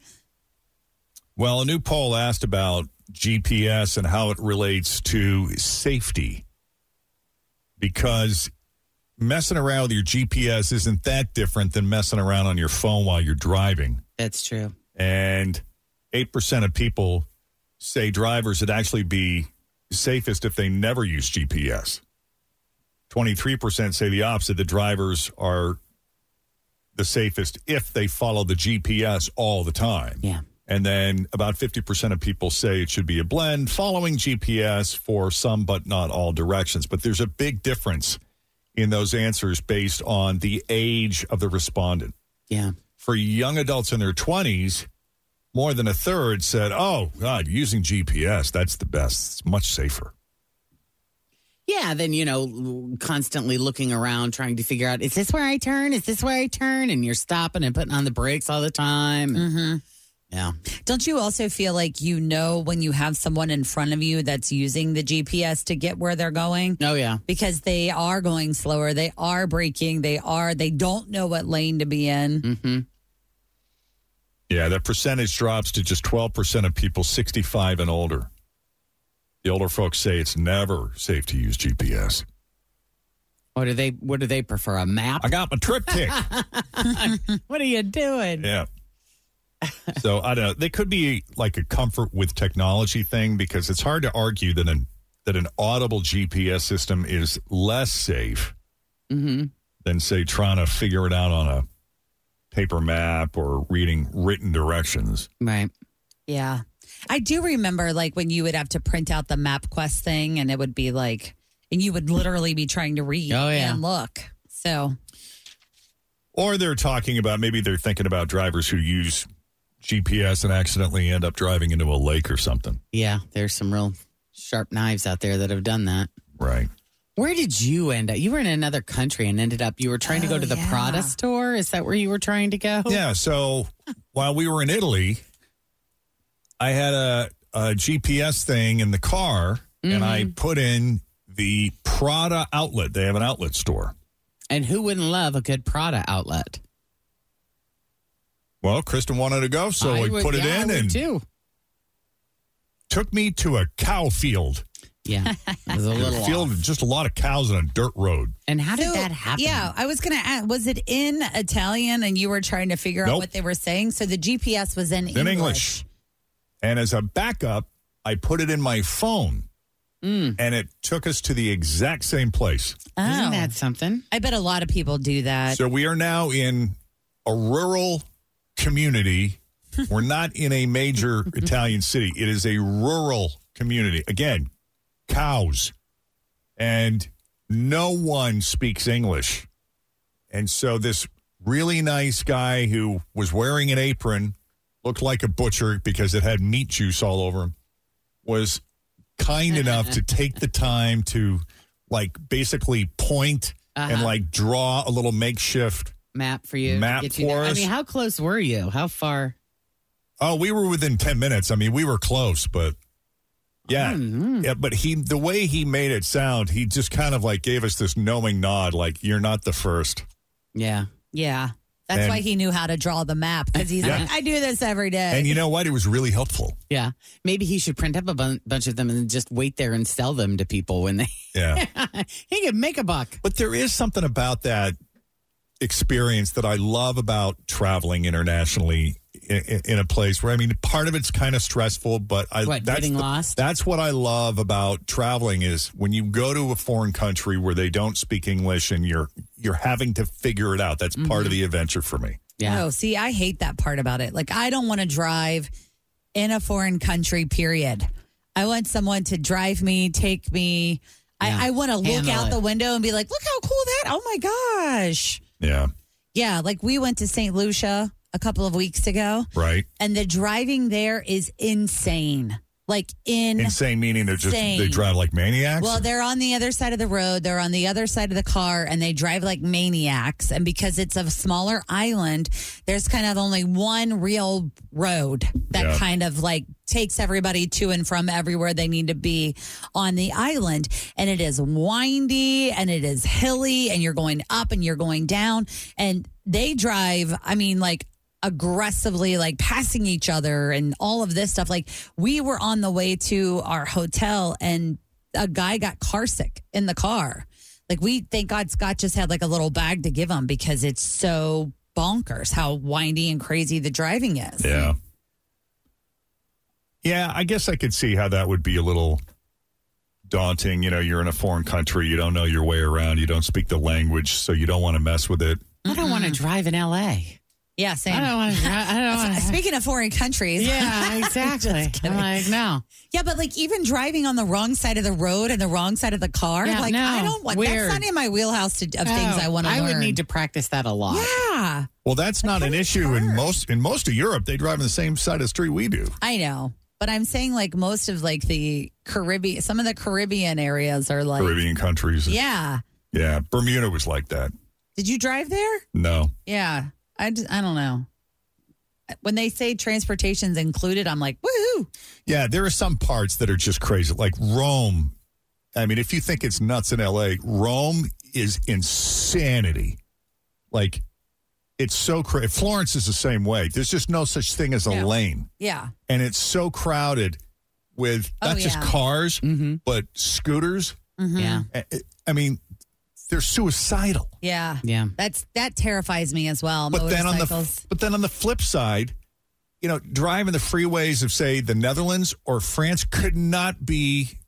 Well, a new poll asked about GPS and how it relates to safety because messing around with your GPS isn't that different than messing around on your phone while you're driving. That's true. And 8% of people say drivers would actually be safest if they never use GPS. 23% say the opposite, the drivers are the safest if they follow the GPS all the time. Yeah. And then about 50% of people say it should be a blend, following GPS for some but not all directions. But there's a big difference in those answers based on the age of the respondent. Yeah. For young adults in their 20s, more than a third said, oh, God, using GPS, that's the best. It's much safer. Yeah, then, you know, constantly looking around trying to figure out, is this where I turn? Is this where I turn? And you're stopping and putting on the brakes all the time. Mm-hmm. Yeah. Don't you also feel like you know when you have someone in front of you that's using the GPS to get where they're going? Oh yeah. Because they are going slower, they are braking, they are they don't know what lane to be in. Mm. Mm-hmm. Yeah, that percentage drops to just 12% of people 65 and older. The older folks say it's never safe to use GPS. What do they what do they prefer? A map? I got my triptych. what are you doing? Yeah. so I don't know. They could be like a comfort with technology thing because it's hard to argue that an that an audible GPS system is less safe Mm-hmm. than say trying to figure it out on a paper map or reading written directions. Right. Yeah. I do remember like when you would have to print out the map quest thing and it would be like and you would literally be trying to read Oh, yeah. and look. So Or they're talking about maybe they're thinking about drivers who use GPS and accidentally end up driving into a lake or something. Yeah. There's some real sharp knives out there that have done that. Right. Where did you end up? You were in another country and ended up you were trying to go to the Prada store. Is that where you were trying to go? Yeah. So while we were in Italy, I had a, a GPS thing in the car and I Mm-hmm. put in the Prada outlet. They have an outlet store. And who wouldn't love a good Prada outlet? Well, Kristen wanted to go, so I we would- put it yeah, I in would and too. took me to a cow field. Yeah. It was a little field, just a lot of cows on a dirt road. And how did that happen? Yeah, I was gonna ask was it in Italian and you were trying to figure out Nope. what they were saying? So the GPS was in, in English. And as a backup, I put it in my phone. Mm. And it took us to the exact same place. Oh. that something? I bet a lot of people do that. So we are now in a rural community. We're not in a major Italian city. It is a rural community. Again, cows. And no one speaks English. And so this really nice guy who was wearing an apron, looked like a butcher because it had meat juice all over him, was kind enough to take the time to like basically point and Uh-huh. like draw a little makeshift map for you. to Map get you for there. I us. mean, how close were you? How far? Oh, we were within 10 minutes. I mean, we were close, but Yeah. Hmm. Mm-hmm. Yeah, but he the way he made it sound, he just kind of like gave us this knowing nod like you're not the first. Yeah. Yeah. That's And- why he knew how to draw the map because he's Yeah. like, I do this every day. And you know what? It was really helpful. Yeah. Maybe he should print up a bun- bunch of them and just wait there and sell them to people when they. Yeah. he could make a buck. But there is something about that experience that I love about traveling internationally in, in a place where I mean, part of it's kind of stressful, but I What, getting lost? That's what I love about traveling is when you go to a foreign country where they don't speak English and you're you're having to figure it out. That's part Mm-hmm. of the adventure for me. No, see, I hate that part about it. Like, I don't want to drive in a foreign country, period. I want someone to drive me, take me. I, I want to look Handle out it. the window and be like, look how cool that. Oh my gosh. Yeah. Yeah. Like, we went to St. Lucia a couple of weeks ago, Right. and the driving there is insane. Like, in. Insane meaning they're just they Insane. drive like maniacs. Well, they're on the other side of the road. They're on the other side of the car and they drive like maniacs. And because it's a smaller island, there's kind of only one real road that Yeah. kind of like takes everybody to and from everywhere they need to be on the island. And it is windy and it is hilly and you're going up and you're going down. And they drive, I mean, like, aggressively like passing each other and all of this stuff like we were on the way to our hotel and a guy got car sick in the car. Like we thank God Scott just had like a little bag to give him because it's so bonkers how windy and crazy the driving is. Yeah. Yeah, I guess I could see how that would be a little daunting. You know, you're in a foreign country, you don't know your way around, you don't speak the language, so you don't want to mess with it. I don't want to drive in LA. Yeah, Mm-hmm. same. I don't wanna dri- I don't wanna- Speaking of foreign countries. Yeah, exactly. Just kidding. I'm like, no. Yeah, but like even driving on the wrong side of the road and the wrong side of the car, Yeah, like no, I don't want weird. that's not in my wheelhouse to, of things I want to I learn. would need to practice that a lot. yeah, Well, that's not an issue in most in most of Europe. They drive on the same side of the street we do. I know. But I'm saying like most of like the Caribbean, some of the Caribbean areas are like Caribbean countries. Yeah. Yeah. Bermuda was like that. Did you drive there? No. Yeah. I, d- I don't know. When they say transportation's included, I'm like, woohoo. Yeah, there are some parts that are just crazy. Like Rome. I mean, if you think it's nuts in LA, Rome is insanity. Like it's so crazy. Florence is the same way. There's just no such thing as a lane. Yeah. and it's so crowded with Oh, not just yeah. cars but scooters. Mhm. Yeah. I- I- I mean, they're suicidal. Yeah. Yeah. That's that terrifies me as well. But then on the motorcycles. but then on the flip side, you know, driving the freeways of say the Netherlands or France could not be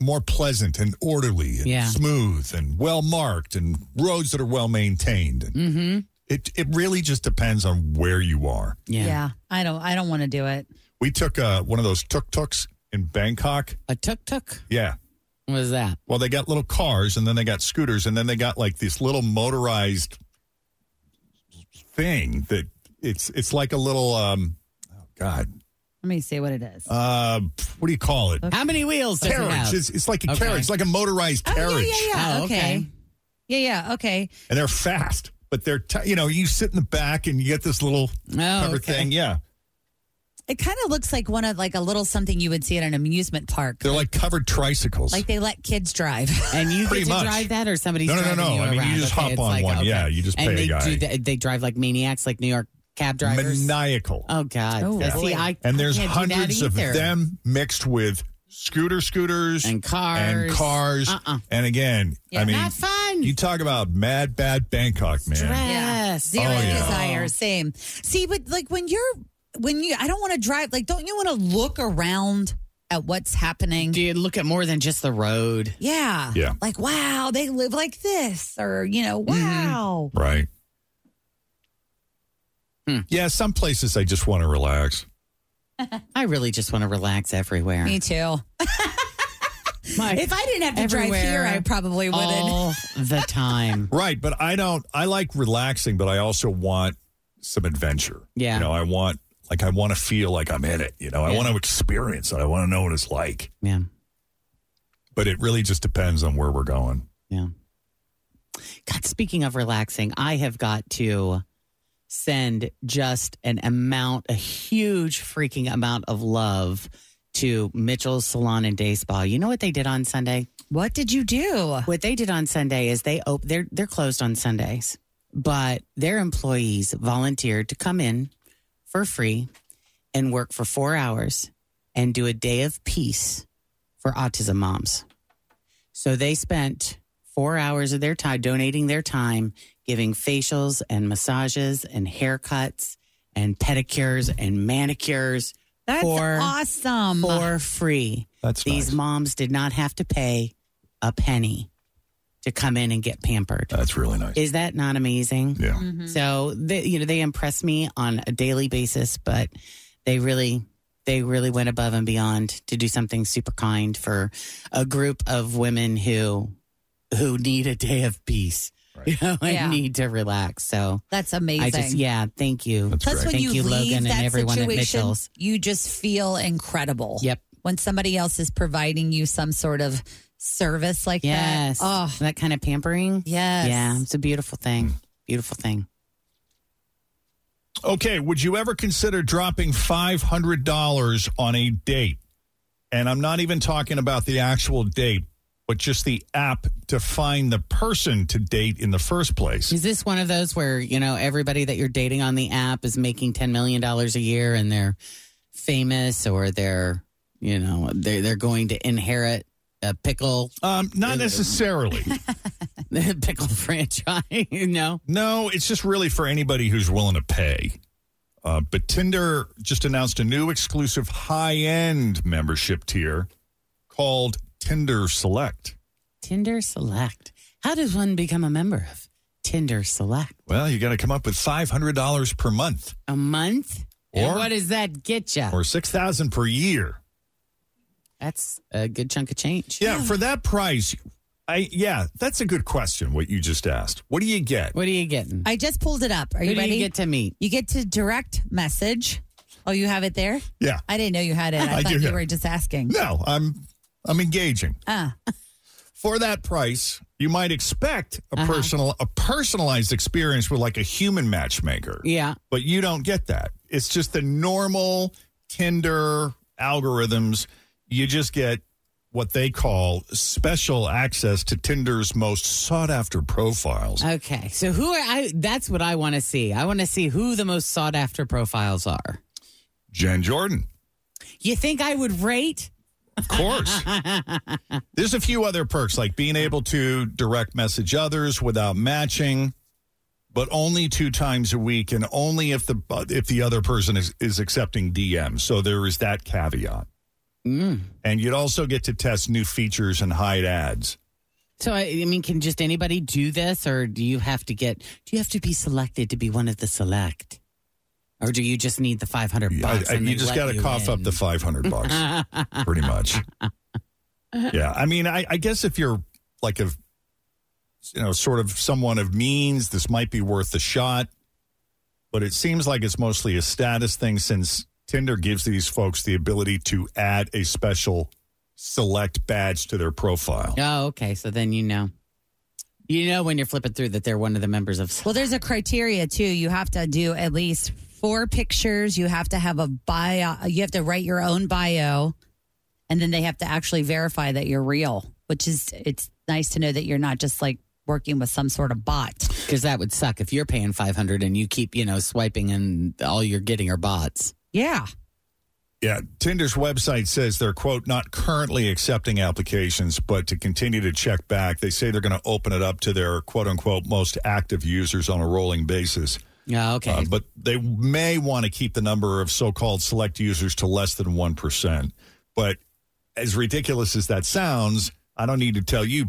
more pleasant and orderly and Yeah. smooth and well marked and roads that are well maintained. Mm-hmm. It it really just depends on where you are. yeah. I don't I don't want to do it. We took uh, one of those tuk tuks in Bangkok. A tuk tuk? Yeah. What is that? Well, they got little cars and then they got scooters and then they got like this little motorized thing that it's it's like a little um oh god. Let me see what it is. Uh what do you call it? How many wheels does it Carriage. have? It's, it's like a Okay. Oh, carriage, like a motorized carriage. Oh, Yeah, okay. Yeah, yeah, okay. And they're fast, but they're t- you know, you sit in the back and you get this little Oh, cover okay. thing. Yeah. It kind of looks like one of like a little something you would see at an amusement park. They're like covered tricycles. Like they let kids drive. And you Pretty get to much. drive that, or somebody's No, no, no, driving no. you I mean, you around? just Okay, hop it's on like, one. okay. Yeah, you just pay a and they guy. Do that, they drive like maniacs, like New York cab drivers. maniacal. Oh God! Yeah. I See, I and there's can't do that hundreds of either. them mixed with scooter scooters And cars. and cars. Uh-uh. And again, I mean, not fun. You talk about mad bad Bangkok, man. Yeah. Zero Oh, yeah. desire. Same. See, but like when you're when you I don't want to drive like don't you want to look around at what's happening? Do you look at more than just the road? Yeah. Yeah. Like, wow, they live like this, or you know, Mm-hmm. wow. Right. Hmm. Yeah, some places I just want to relax. I really just want to relax everywhere. Me too. if I didn't have to drive here, everywhere, I probably wouldn't. all the time. Right, but I don't. I like relaxing, but I also want some adventure. Yeah. you know, I want like I want to feel like I'm in it. You know, I Yeah. want to experience it. I want to know what it's like. Yeah. But it really just depends on where we're going. God, speaking of relaxing, I have got to send just an amount, a huge freaking amount of love to Mitchell's Salon and Day Spa. You know what they did on Sunday? What did you do? What they did on Sunday is they op- they're they're closed on Sundays, but their employees volunteered to come in for free and work for 4 hours and do a day of peace for autism moms. So they spent 4 hours of their time donating their time giving facials and massages and haircuts and pedicures and manicures That's for awesome. for free. That's these moms did not have to pay a penny to come in and get pampered. That's really nice. Is that not amazing? Yeah. Mm-hmm. So they, you know they impress me on a daily basis, but they really they really went above and beyond to do something super kind for a group of women who who need a day of peace. You know, I Yeah. need to relax. So That's amazing. I just yeah, thank you. Plus, when thank you, you, leave Logan that and everyone situation, at Mitchell's. you just feel incredible. Yep. When somebody else is providing you some sort of service like Yes. that. Oh, that kind of pampering. Yes. Yeah, it's a beautiful thing. Beautiful thing. Okay, would you ever consider dropping $500 on a date? And I'm not even talking about the actual date, but just the app to find the person to date in the first place. Is this one of those where, you know, everybody that you're dating on the app is making $10 million a year and they're famous or they're, you know, they're, they're going to inherit a pickle? Um, not necessarily. pickle franchise, no? No, it's just really for anybody who's willing to pay. Uh, but Tinder just announced a new exclusive high end membership tier called Tinder Select. Tinder Select. How does one become a member of Tinder Select? Well, you got to come up with $500 per month A month? Or- and what does that get you? or 6000 per year. That's a good chunk of change. Yeah, for that price, I yeah, that's a good question. What you just asked. What do you get? What are you getting? I just pulled it up. Are you Who do ready? you get to meet? You get to direct message. Oh, you have it there? Yeah. I didn't know you had it. I, I thought do you have were it. just asking. No, I'm I'm engaging. Ah. For that price, you might expect a personal a personalized experience with like a human matchmaker. Yeah. But you don't get that. It's just the normal Tinder algorithms. You just get what they call special access to Tinder's most sought after profiles. Okay, so who are I? That's what I want to see. I want to see who the most sought after profiles are. Jen Jordan. You think I would rate? Of course. There's a few other perks like being able to direct message others without matching, but only two times a week and only if the if the other person is, is accepting DMs. So there is that caveat. And you'd also get to test new features and hide ads. So I, I mean, can just anybody do this, or do you have to get? Do you have to be selected to be one of the select, or do you just need the five hundred I- bucks? I- you just got to cough up the 500 bucks. pretty much. yeah, I mean, I, I guess if you're like a, you know, sort of someone of means, this might be worth a shot. But it seems like it's mostly a status thing since Tinder gives these folks the ability to add a special select badge to their profile. Oh, okay. So then you know, you know when you're flipping through that they're one of the members of. Well, there's a criteria too. You have to do at least four pictures. You have to have a bio. You have to write your own bio, and then they have to actually verify that you're real. Which is it's nice to know that you're not just like working with some sort of bot. Because that would suck if you're paying five hundred and you keep you know swiping and all you're getting are bots. Yeah. Yeah, Tinder's website says they're quote not currently accepting applications, but to continue to check back, they say they're going to open it up to their quote unquote most active users on a rolling basis. Yeah. Okay. Uh, but they may want to keep the number of so called select users to less than 1%. But as ridiculous as that sounds, I don't need to tell you,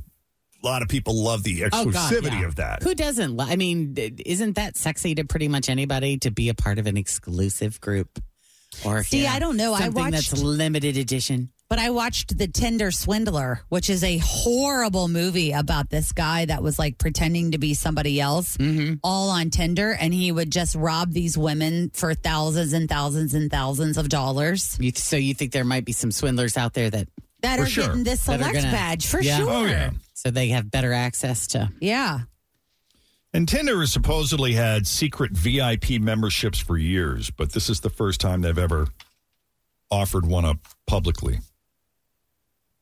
a lot of people love the Oh, God, exclusivity yeah. of that. Who doesn't? li- I mean, d- isn't that sexy to pretty much anybody to be a part of an exclusive group? Or See, yeah, I don't know. I Something that's watched- limited edition. But I watched The Tinder Swindler, which is a horrible movie about this guy that was like pretending to be somebody else all on Tinder and he would just rob these women for thousands and thousands and thousands of dollars. You, so you think there might be some swindlers out there that That For are sure. getting this that are select gonna- badge for Oh, Yeah. sure. So they have better access to. Yeah. And Tinder has supposedly had secret VIP memberships for years, but this is the first time they've ever offered one up publicly.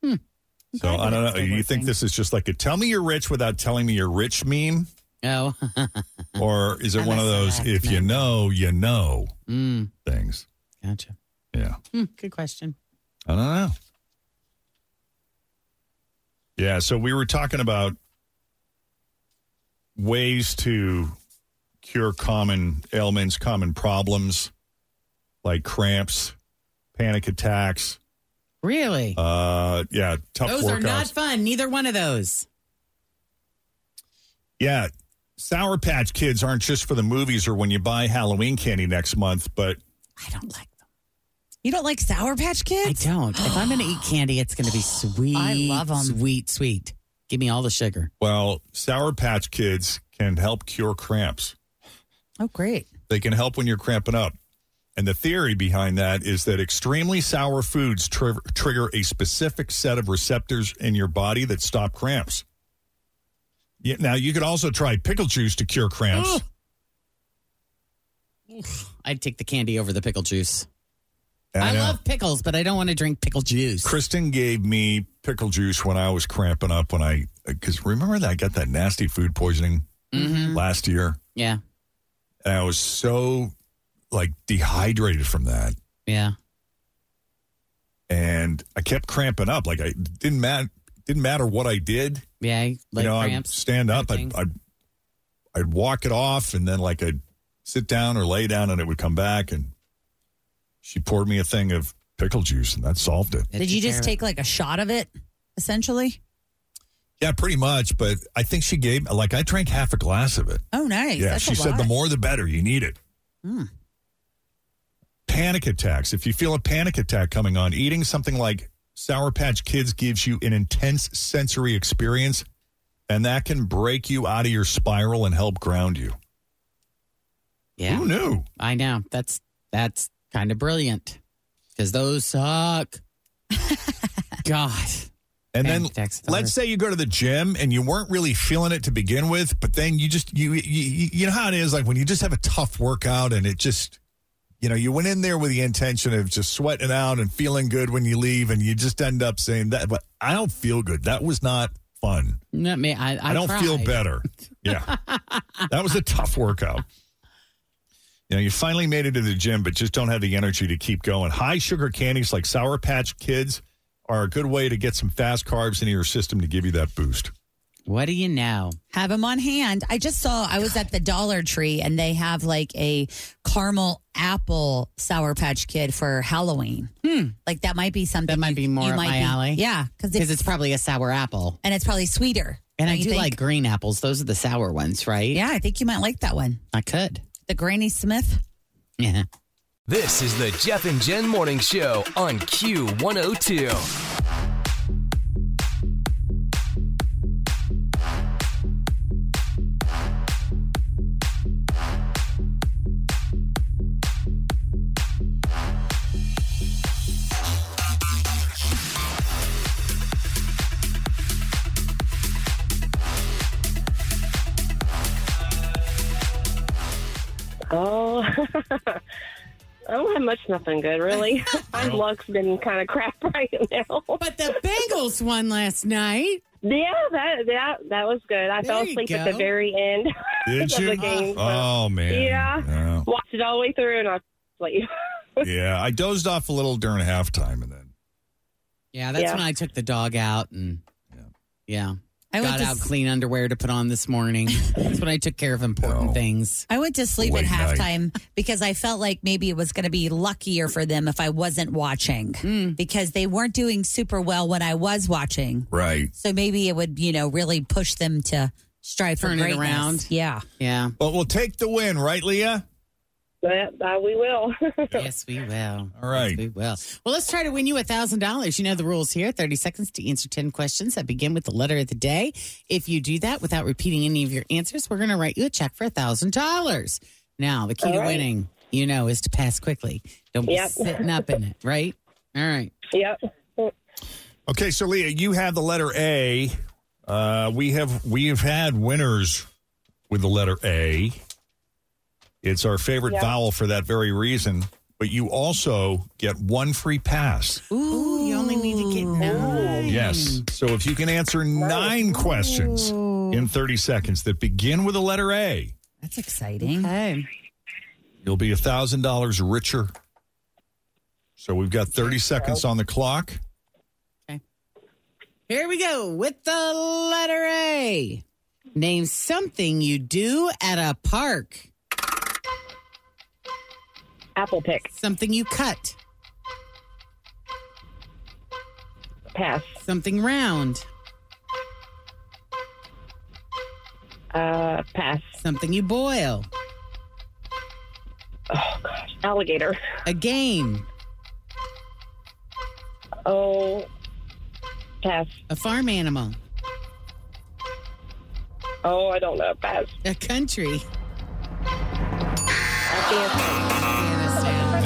Hmm. So I don't know. You think this is just like a "tell me you're rich without telling me you're rich" meme? No. or is it one of those "if you know, you know" Mm. things? Gotcha. Yeah, Hmm, good question. I don't know. Yeah, so we were talking about ways to cure common ailments, common problems like cramps, panic attacks. Really? Uh, yeah, tough those workouts. are not fun. Neither one of those. Yeah. Sour Patch Kids aren't just for the movies or when you buy Halloween candy next month, but You don't like Sour Patch Kids? I don't. If I'm going to eat candy, it's going to be sweet. I love them. Sweet, sweet. Give me all the sugar. well, Sour Patch Kids can help cure cramps. Oh, great. They can help when you're cramping up. And the theory behind that is that extremely sour foods tri- trigger a specific set of receptors in your body that stop cramps. Yeah, now, you could also try pickle juice to cure cramps. I'd take the candy over the pickle juice. I I, know. love pickles, but I don't want to drink pickle juice. uh, Kristen gave me pickle juice when I was cramping up when I because remember that I got that nasty food poisoning Mhm. last year Yeah. and I was so like dehydrated from that Yeah. and I kept cramping up like I didn't matter didn't matter what I did Yeah. Like you know cramps. I'd stand up I'd, I'd I'd walk it off and then like I'd sit down or lay down and it would come back and she poured me a thing of pickle juice and that solved it Did you just take like a shot of it, essentially? Yeah, pretty much. But I think she gave like I drank half a glass of it. Oh, nice. yeah, That's she a said lot. the more the better. You need it. Hmm. Panic attacks. If you feel a panic attack coming on, eating something like Sour Patch Kids gives you an intense sensory experience, and that can break you out of your spiral and help ground you. Yeah. Who knew? I know. That's that's kind of brilliant because those suck. God. And then Panic attacks are let's say you go to the gym and you weren't really feeling it to begin with, but then you just you you, you you know how it is like when you just have a tough workout and it just you know you went in there with the intention of just sweating out and feeling good when you leave and you just end up saying that but I don't feel good. That was not fun. Not me. I, I, I, don't feel tried. better. Yeah. that was a tough workout. You know, you finally made it to the gym, but just don't have the energy to keep going. High sugar candies like Sour Patch Kids are a good way to get some fast carbs into your system to give you that boost. What do you know? Have them on hand. I just saw, I was at the Dollar Tree and they have like a caramel apple Sour Patch Kid for Halloween. Hmm. Like that might be something. That might be more up my alley. Yeah. Because Because it's probably a sour apple. and it's probably sweeter. And I don't do you think? like green apples. Those are the sour ones, right? Yeah, I think you might like that one. I could. The Granny Smith. Yeah. This is the Jeff and Jen Morning Show on Q102. Oh, I don't have much nothing good, really. My luck's been kind of crap right now. But the Bengals won last night. Yeah, that that that was good. I fell you asleep at go. the very end Did of you? the game. so- Oh, man. Yeah. Yeah. watched it all the way through and I sleep. yeah, I dozed off a little during halftime and then Yeah, that's Yeah. when I took the dog out and yeah. I went Got to out s- clean underwear to put on this morning. that's when I took care of important things. I went to sleep Late at night. halftime because I felt like maybe it was going to be luckier for them if I wasn't watching Mm. because they weren't doing super well when I was watching. Right. So maybe it would, you know, really push them to strive for Turn it greatness. around. Yeah. Yeah. But we'll take the win, right, Leah? But uh, we will. Yes, we will. All right. we will. Well, let's try to win you $1,000. You know the rules here 30 seconds to answer 10 questions that begin with the letter of the day. If you do that without repeating any of your answers, we're going to write you a check for $1,000. Now, the key All to right. winning, you know, is to pass quickly. Don't Yep. be sitting up in it, right? All right. Yep. Okay, so Leah, you have the letter A. Uh, we have we have had winners with the letter A. It's our favorite Yeah. vowel for that very reason. but you also get one free pass. Ooh, you only need to get nine. Yes. So if you can answer nine questions in 30 seconds that begin with the letter A, That's exciting. Okay. you'll be $1,000 richer. So we've got 30 seconds on the clock. Here we go with the letter A. Name something you do at a park. Apple pick. Something you cut. Pass. Something round. Uh, pass. Something you boil. Oh gosh, alligator. A game. Oh, pass. A farm animal. Oh, I don't know. Pass. A country.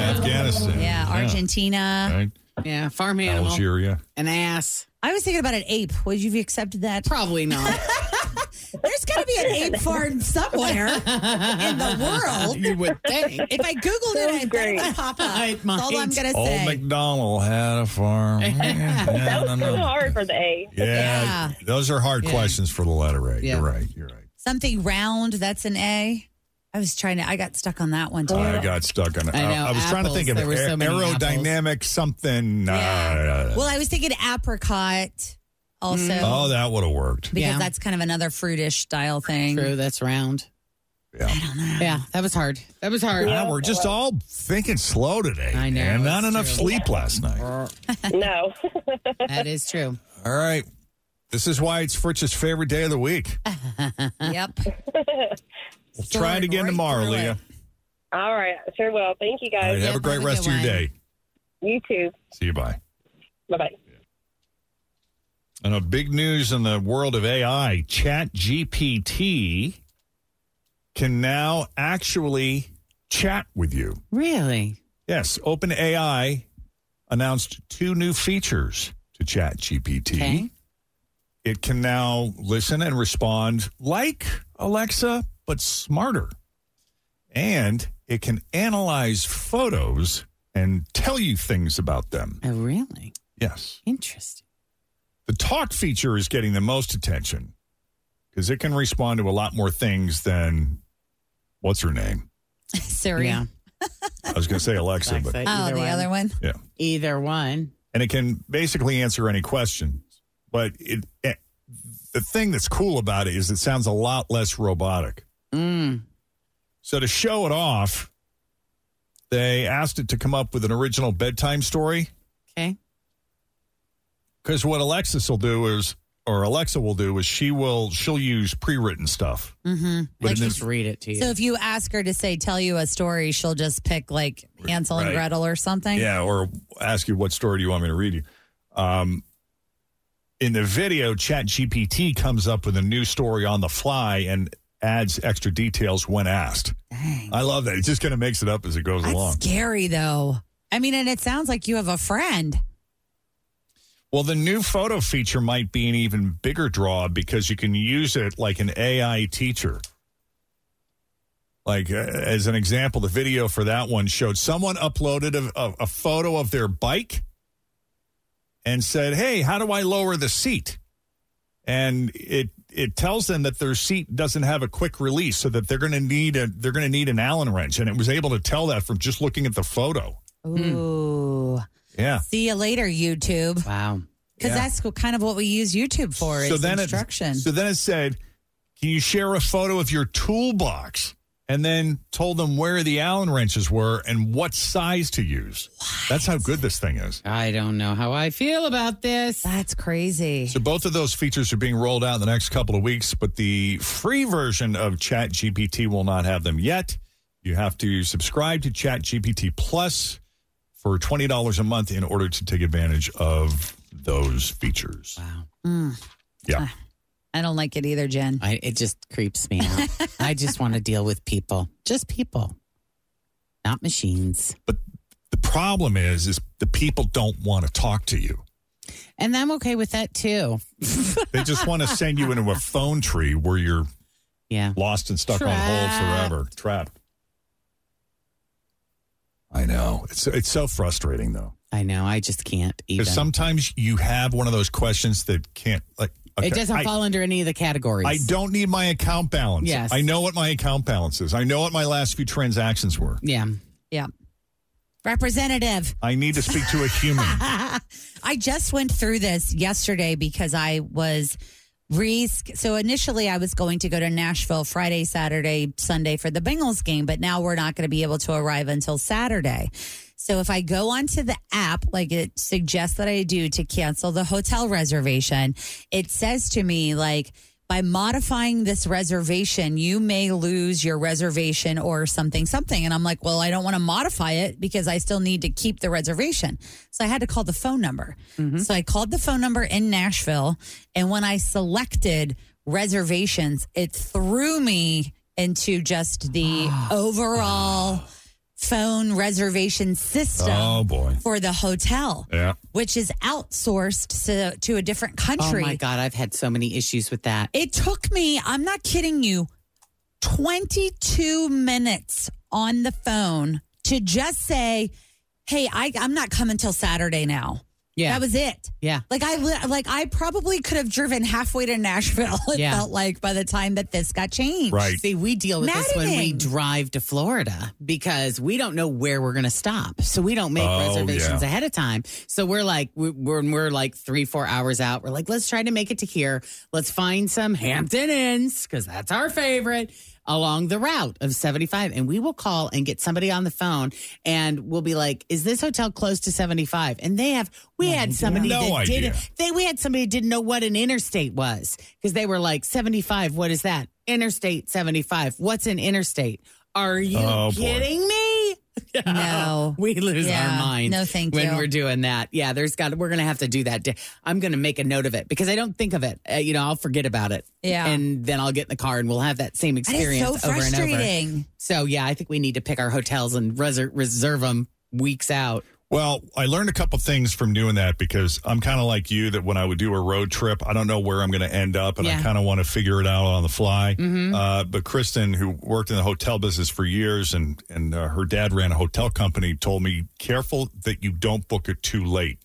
Afghanistan. Yeah, Argentina. Yeah, farm animal. Algeria. An ass. I was thinking about an ape. Would you have accepted that? Probably not. There's got to be an ape farm somewhere in the world. You would think. If I Googled it, I bet it would pop up. That's all I'm going to Old say. McDonald had a farm. Yeah, that no, was no. too hard for the A. Yeah, Yeah. those are hard Yeah. questions for the letter A. You're right. You're right. Something round, that's an A. I was trying to, I got stuck on that one too. I got stuck on it. I know, I, was trying to apples. think of There were aer- so many aerodynamic something. uh, Well, I was thinking apricot also. oh, that would have worked. Because that's kind of another fruitish style thing. True, that's round. Yeah, that was hard. That was hard. Wow, we're just all thinking slow today. I know, And not it's enough true. sleep last night. No. that is true. All right. This is why it's Fritz's favorite day of the week. Uh, yep. We'll try it again tomorrow, Leah. All right, sure will. Thank you guys. All right, have a great rest of your day. You too. See you. Bye. Bye bye. I know big news in the world of AI. Chat GPT can now actually chat with you. Really? Yes, OpenAI announced two new features to Chat GPT. It can now listen and respond like Alexa, but smarter. And it can analyze photos and tell you things about them. Oh, really? Yes. Interesting. The talk feature is getting the most attention because it can respond to a lot more things than what's her name? Sorry. Yeah. I was going to say Alexa, but Alexa. Oh, Either the one. other one? yeah. Either one. and it can basically answer any questions. But it, eh, the thing that's cool about it is it sounds a lot less robotic. Mm. So to show it off, they asked it to come up with an original bedtime story. Okay. Because what Alexis will do is, or Alexa will do is, she will she'll use pre-written stuff. Mm-hmm. But Let's in just read it to you. So if you ask her to say, tell you a story, she'll just pick like Hansel Right. and Gretel or something. Yeah, or ask you what story do you want me to read you. Um, in the video, ChatGPT comes up with a new story on the fly and adds extra details when asked. I love that. It just kind of makes it up as it goes That's along. scary though. I mean, and it sounds like you have a friend. Well, the new photo feature might be an even bigger draw because you can use it like an AI teacher. Like, uh, as an example, the video for that one showed someone uploaded a, a, a photo of their bike and said, Hey, how do I lower the seat? And it, it tells them that their seat doesn't have a quick release, so that they're going to need a they're going to need an Allen wrench, and it was able to tell that from just looking at the photo. Ooh. Yeah, See you later, YouTube. Wow. Because Yeah. that's kind of what we use YouTube for. is It, instruction. so then it said, "Can you share a photo of your toolbox?" And then told them where the Allen wrenches were and what size to use. That's how good this thing is. I don't know how I feel about this. that's crazy. So both of those features are being rolled out in the next couple of weeks, but the free version of ChatGPT will not have them yet. You have to subscribe to ChatGPT Plus for twenty dollars a month in order to take advantage of those features. Wow. Mm, Yeah. I don't like it either, Jen. I, it just creeps me out. I just want to deal with people, just people, not machines. The problem is, is the people don't want to talk to you. And I'm okay with that too. They just want to send you into a phone tree where you're Yeah. lost and stuck on hold Trapped. forever, trapped. I know. It's it's so frustrating though. I know. I just can't even. Because sometimes you have one of those questions that can't like. okay, It doesn't I- fall under any of the categories. I don't need my account balance. Yes. I know what my account balance is. I know what my last few transactions were. Yeah. Oh Yeah. Representative. I need to speak to a human. I just went through this yesterday because I was risk. So initially, I was going to go to Nashville Friday, Saturday, Sunday for the Bengals game, but now we're not going to be able to arrive until Saturday. So if I go onto the app, like it suggests that I do to cancel the hotel reservation, it says to me like. By modifying this reservation, you may lose your reservation or something, something. And I'm like, well, I don't want to modify it because I still need to keep the reservation. So I had to call the phone number. Mm-hmm. So I called the phone number in Nashville. And when I selected reservations, it threw me into just the overall phone reservation system Oh, boy. for the hotel, Yeah. which is outsourced to, to a different country. Oh my god, I've had so many issues with that. It took me, I'm not kidding you, 22 minutes on the phone to just say, "Hey, I I'm not coming till Saturday now." Yeah. That was it. Yeah. Like I li- like I probably could have driven halfway to Nashville. It Yeah. felt like by the time that this got changed. See, we deal with this when we Maddening. drive to Florida because we don't know where we're going to stop. So we don't make Oh, reservations yeah. ahead of time. So we're like, we- when we're like three, four hours out, we're like, let's try to make it to here. Let's find some Hampton Inns because that's our favorite along the route of 75. And we will call and get somebody on the phone and we'll be like, is this hotel close to 75? And they have, we had somebody No that idea. didn't, they, we had somebody that didn't know what an interstate was because they were like, 75, what is that? Interstate 75. What's an interstate? Are you Oh, boy. kidding me? No. we lose Yeah. our minds. No, thank when you. we're doing that. Yeah, there's got we're going to have to do that. I'm going to make a note of it because I don't think of it. Uh, you know, I'll forget about it. Yeah. And then I'll get in the car and we'll have that same so experience over and over. frustrating. So, yeah, I think we need to pick our hotels and reser- reserve them weeks out. Well, I learned a couple things from doing that because I'm kind of like you that when I would do a road trip, I don't know where I'm going to end up and I Yeah. kind of want to figure it out on the fly. Mhm. Uh, but Kristen, who worked in the hotel business for years and, and uh, her dad ran a hotel company, told me, careful that you don't book it too late.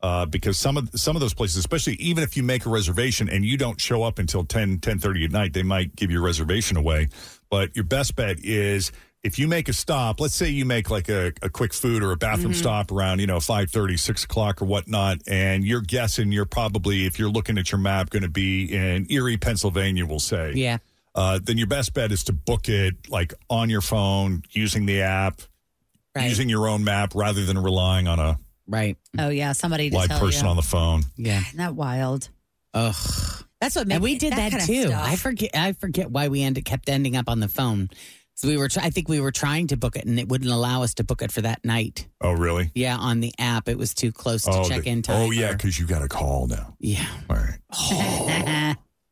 Uh, because some of some of those places, especially even if you make a reservation and you don't show up until 10, 10.30 at night, they might give your reservation away. But your best bet is if you make a stop, let's say you make like a, a quick food or a bathroom Mm-hmm. Mhm. stop around, you know, 5.30, 6 o'clock or whatnot, and you're guessing you're probably, if you're looking at your map, going to be in Erie, Pennsylvania, we'll say Yeah. uh, then your best bet is to book it like on your phone using the app, using your own map rather than relying on a right Oh yeah, somebody to live tell person you. on the phone. Yeah. Isn't that wild? Ugh. That's what made And we me- did that, kind of too. stuff. I forget. I forget why we end, kept ending up on the phone. So we were. Try, I think we were trying to book it, and it wouldn't allow us to book it for that night. Oh, really? Yeah, on the app, it was too close to oh, check the- in time. Oh, yeah, because you got a call now. Yeah. All right. Oh.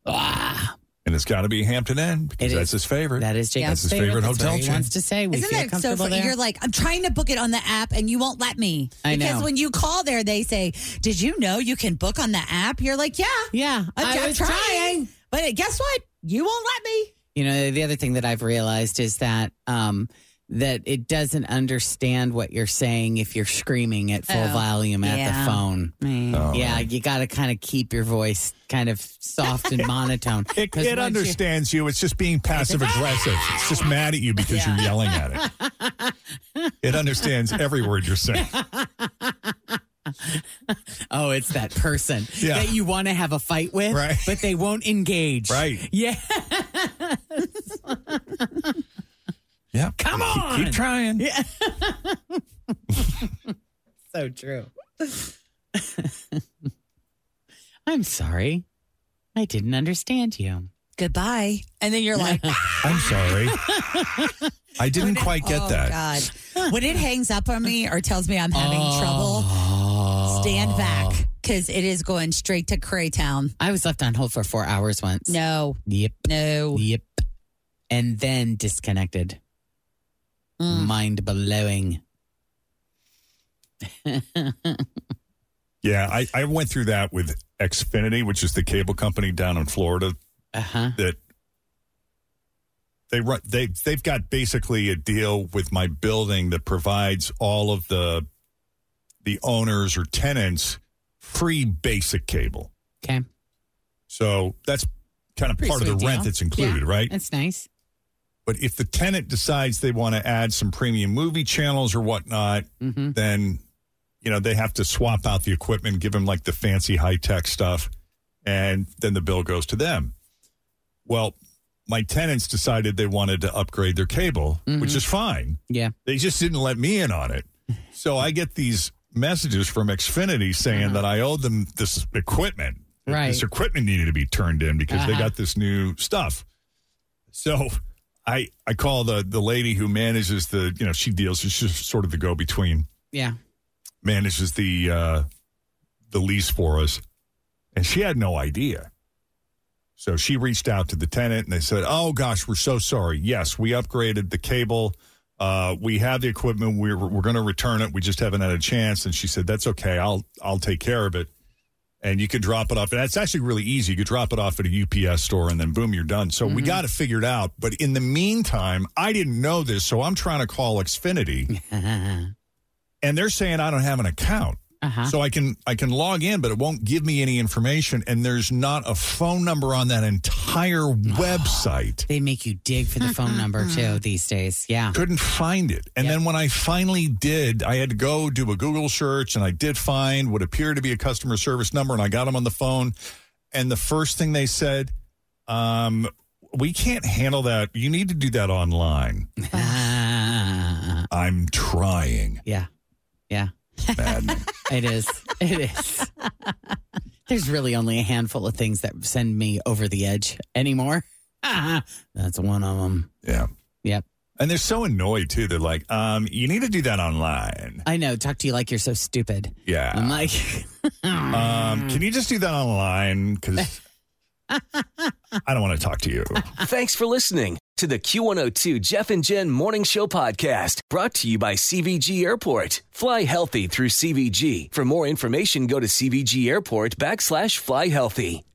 Ah. And it's got to be Hampton Inn because It that's is. his favorite. That is That's Jacob's his favorite. favorite, That's hotel where he chain. wants to stay. We Isn't feel that so comfortable funny? there. You're like, I'm trying to book it on the app and you won't let me. I because know. when you call there, they say, Did you know you can book on the app? You're like, Yeah. Yeah. I'm, I I'm was trying, trying. But guess what? You won't let me. You know, the other thing that I've realized is that um, that it doesn't understand what you're saying if you're screaming at full Oh, volume at yeah. the phone. Oh. Yeah, you got to kind of keep your voice kind of soft and monotone. It, 'Cause it once you- understands you. It's just being passive aggressive. It's just mad at you because you're yelling at it. It understands every word you're saying. Oh, it's that person Yeah. that you want to have a fight with, Right. but they won't engage. Right. Yeah. Yeah. Come on. Keep trying. Yeah. so true. I'm sorry. I didn't understand you. Goodbye. And then you're like, I'm sorry. I didn't quite get Oh, that. God. When it hangs up on me or tells me I'm having Oh. trouble, stand back Oh. because it is going straight to Craytown. I was left on hold for four hours once. No. Yep. No. Yep. And then disconnected. Mm. Mind blowing. Uh-huh. Yeah, I, I went through that with Xfinity, which is the cable company down in Florida. Uh huh. That They run. They they've got basically a deal with my building that provides all of the the owners or tenants free basic cable. Okay. So that's kind of Pretty part of the sweet rent deal. that's included, Yeah, right? That's nice. But if the tenant decides they want to add some premium movie channels or whatnot, Mm-hmm. then you know they have to swap out the equipment, give them like the fancy high tech stuff, and then the bill goes to them. Well, my tenants decided they wanted to upgrade their cable, Mm-hmm. which is fine. Yeah. They just didn't let me in on it. So I get these messages from Xfinity saying that I owed them this equipment. Uh-huh. Right. This equipment needed to be turned in because they Uh-huh. got this new stuff. So I I call the the lady who manages the, you know, she deals, she's sort of the go between Yeah. manages the uh, the lease for us, and she had no idea. So she reached out to the tenant, and they said, "Oh gosh, we're so sorry. Yes, we upgraded the cable. Uh, we have the equipment. We're we're going to return it. We just haven't had a chance." And she said, "That's okay. I'll I'll take care of it." And you can drop it off. And that's actually really easy. You could drop it off at a UPS store and then boom, you're done. So we got it figured out. But in the meantime, I didn't know this. So I'm trying to call Xfinity and they're saying I don't have an account. So I can I can log in, but it won't give me any information, and there's not a phone number on that entire website. They make you dig for the phone number too these days. Yeah. Couldn't find it, and then when I finally did, I had to go do a Google search, and I did find what appeared to be a customer service number, and I got them on the phone, and the first thing they said, um, "We can't handle that. You need to do that online." I'm trying. Yeah. Yeah. it is. It is. There's really only a handful of things that send me over the edge anymore. That's one of them. Yeah. Yep. And they're so annoyed too. They're like, um, "You need to do that online." I know. Talk to you like you're so stupid. Yeah. I'm like, um, can you just do that online? Because I don't want to talk to you. Thanks for listening to the Q102 Jeff and Jen Morning Show podcast brought to you by CVG Airport. Fly healthy through CVG. For more information, go to CVG Airport backslash fly healthy.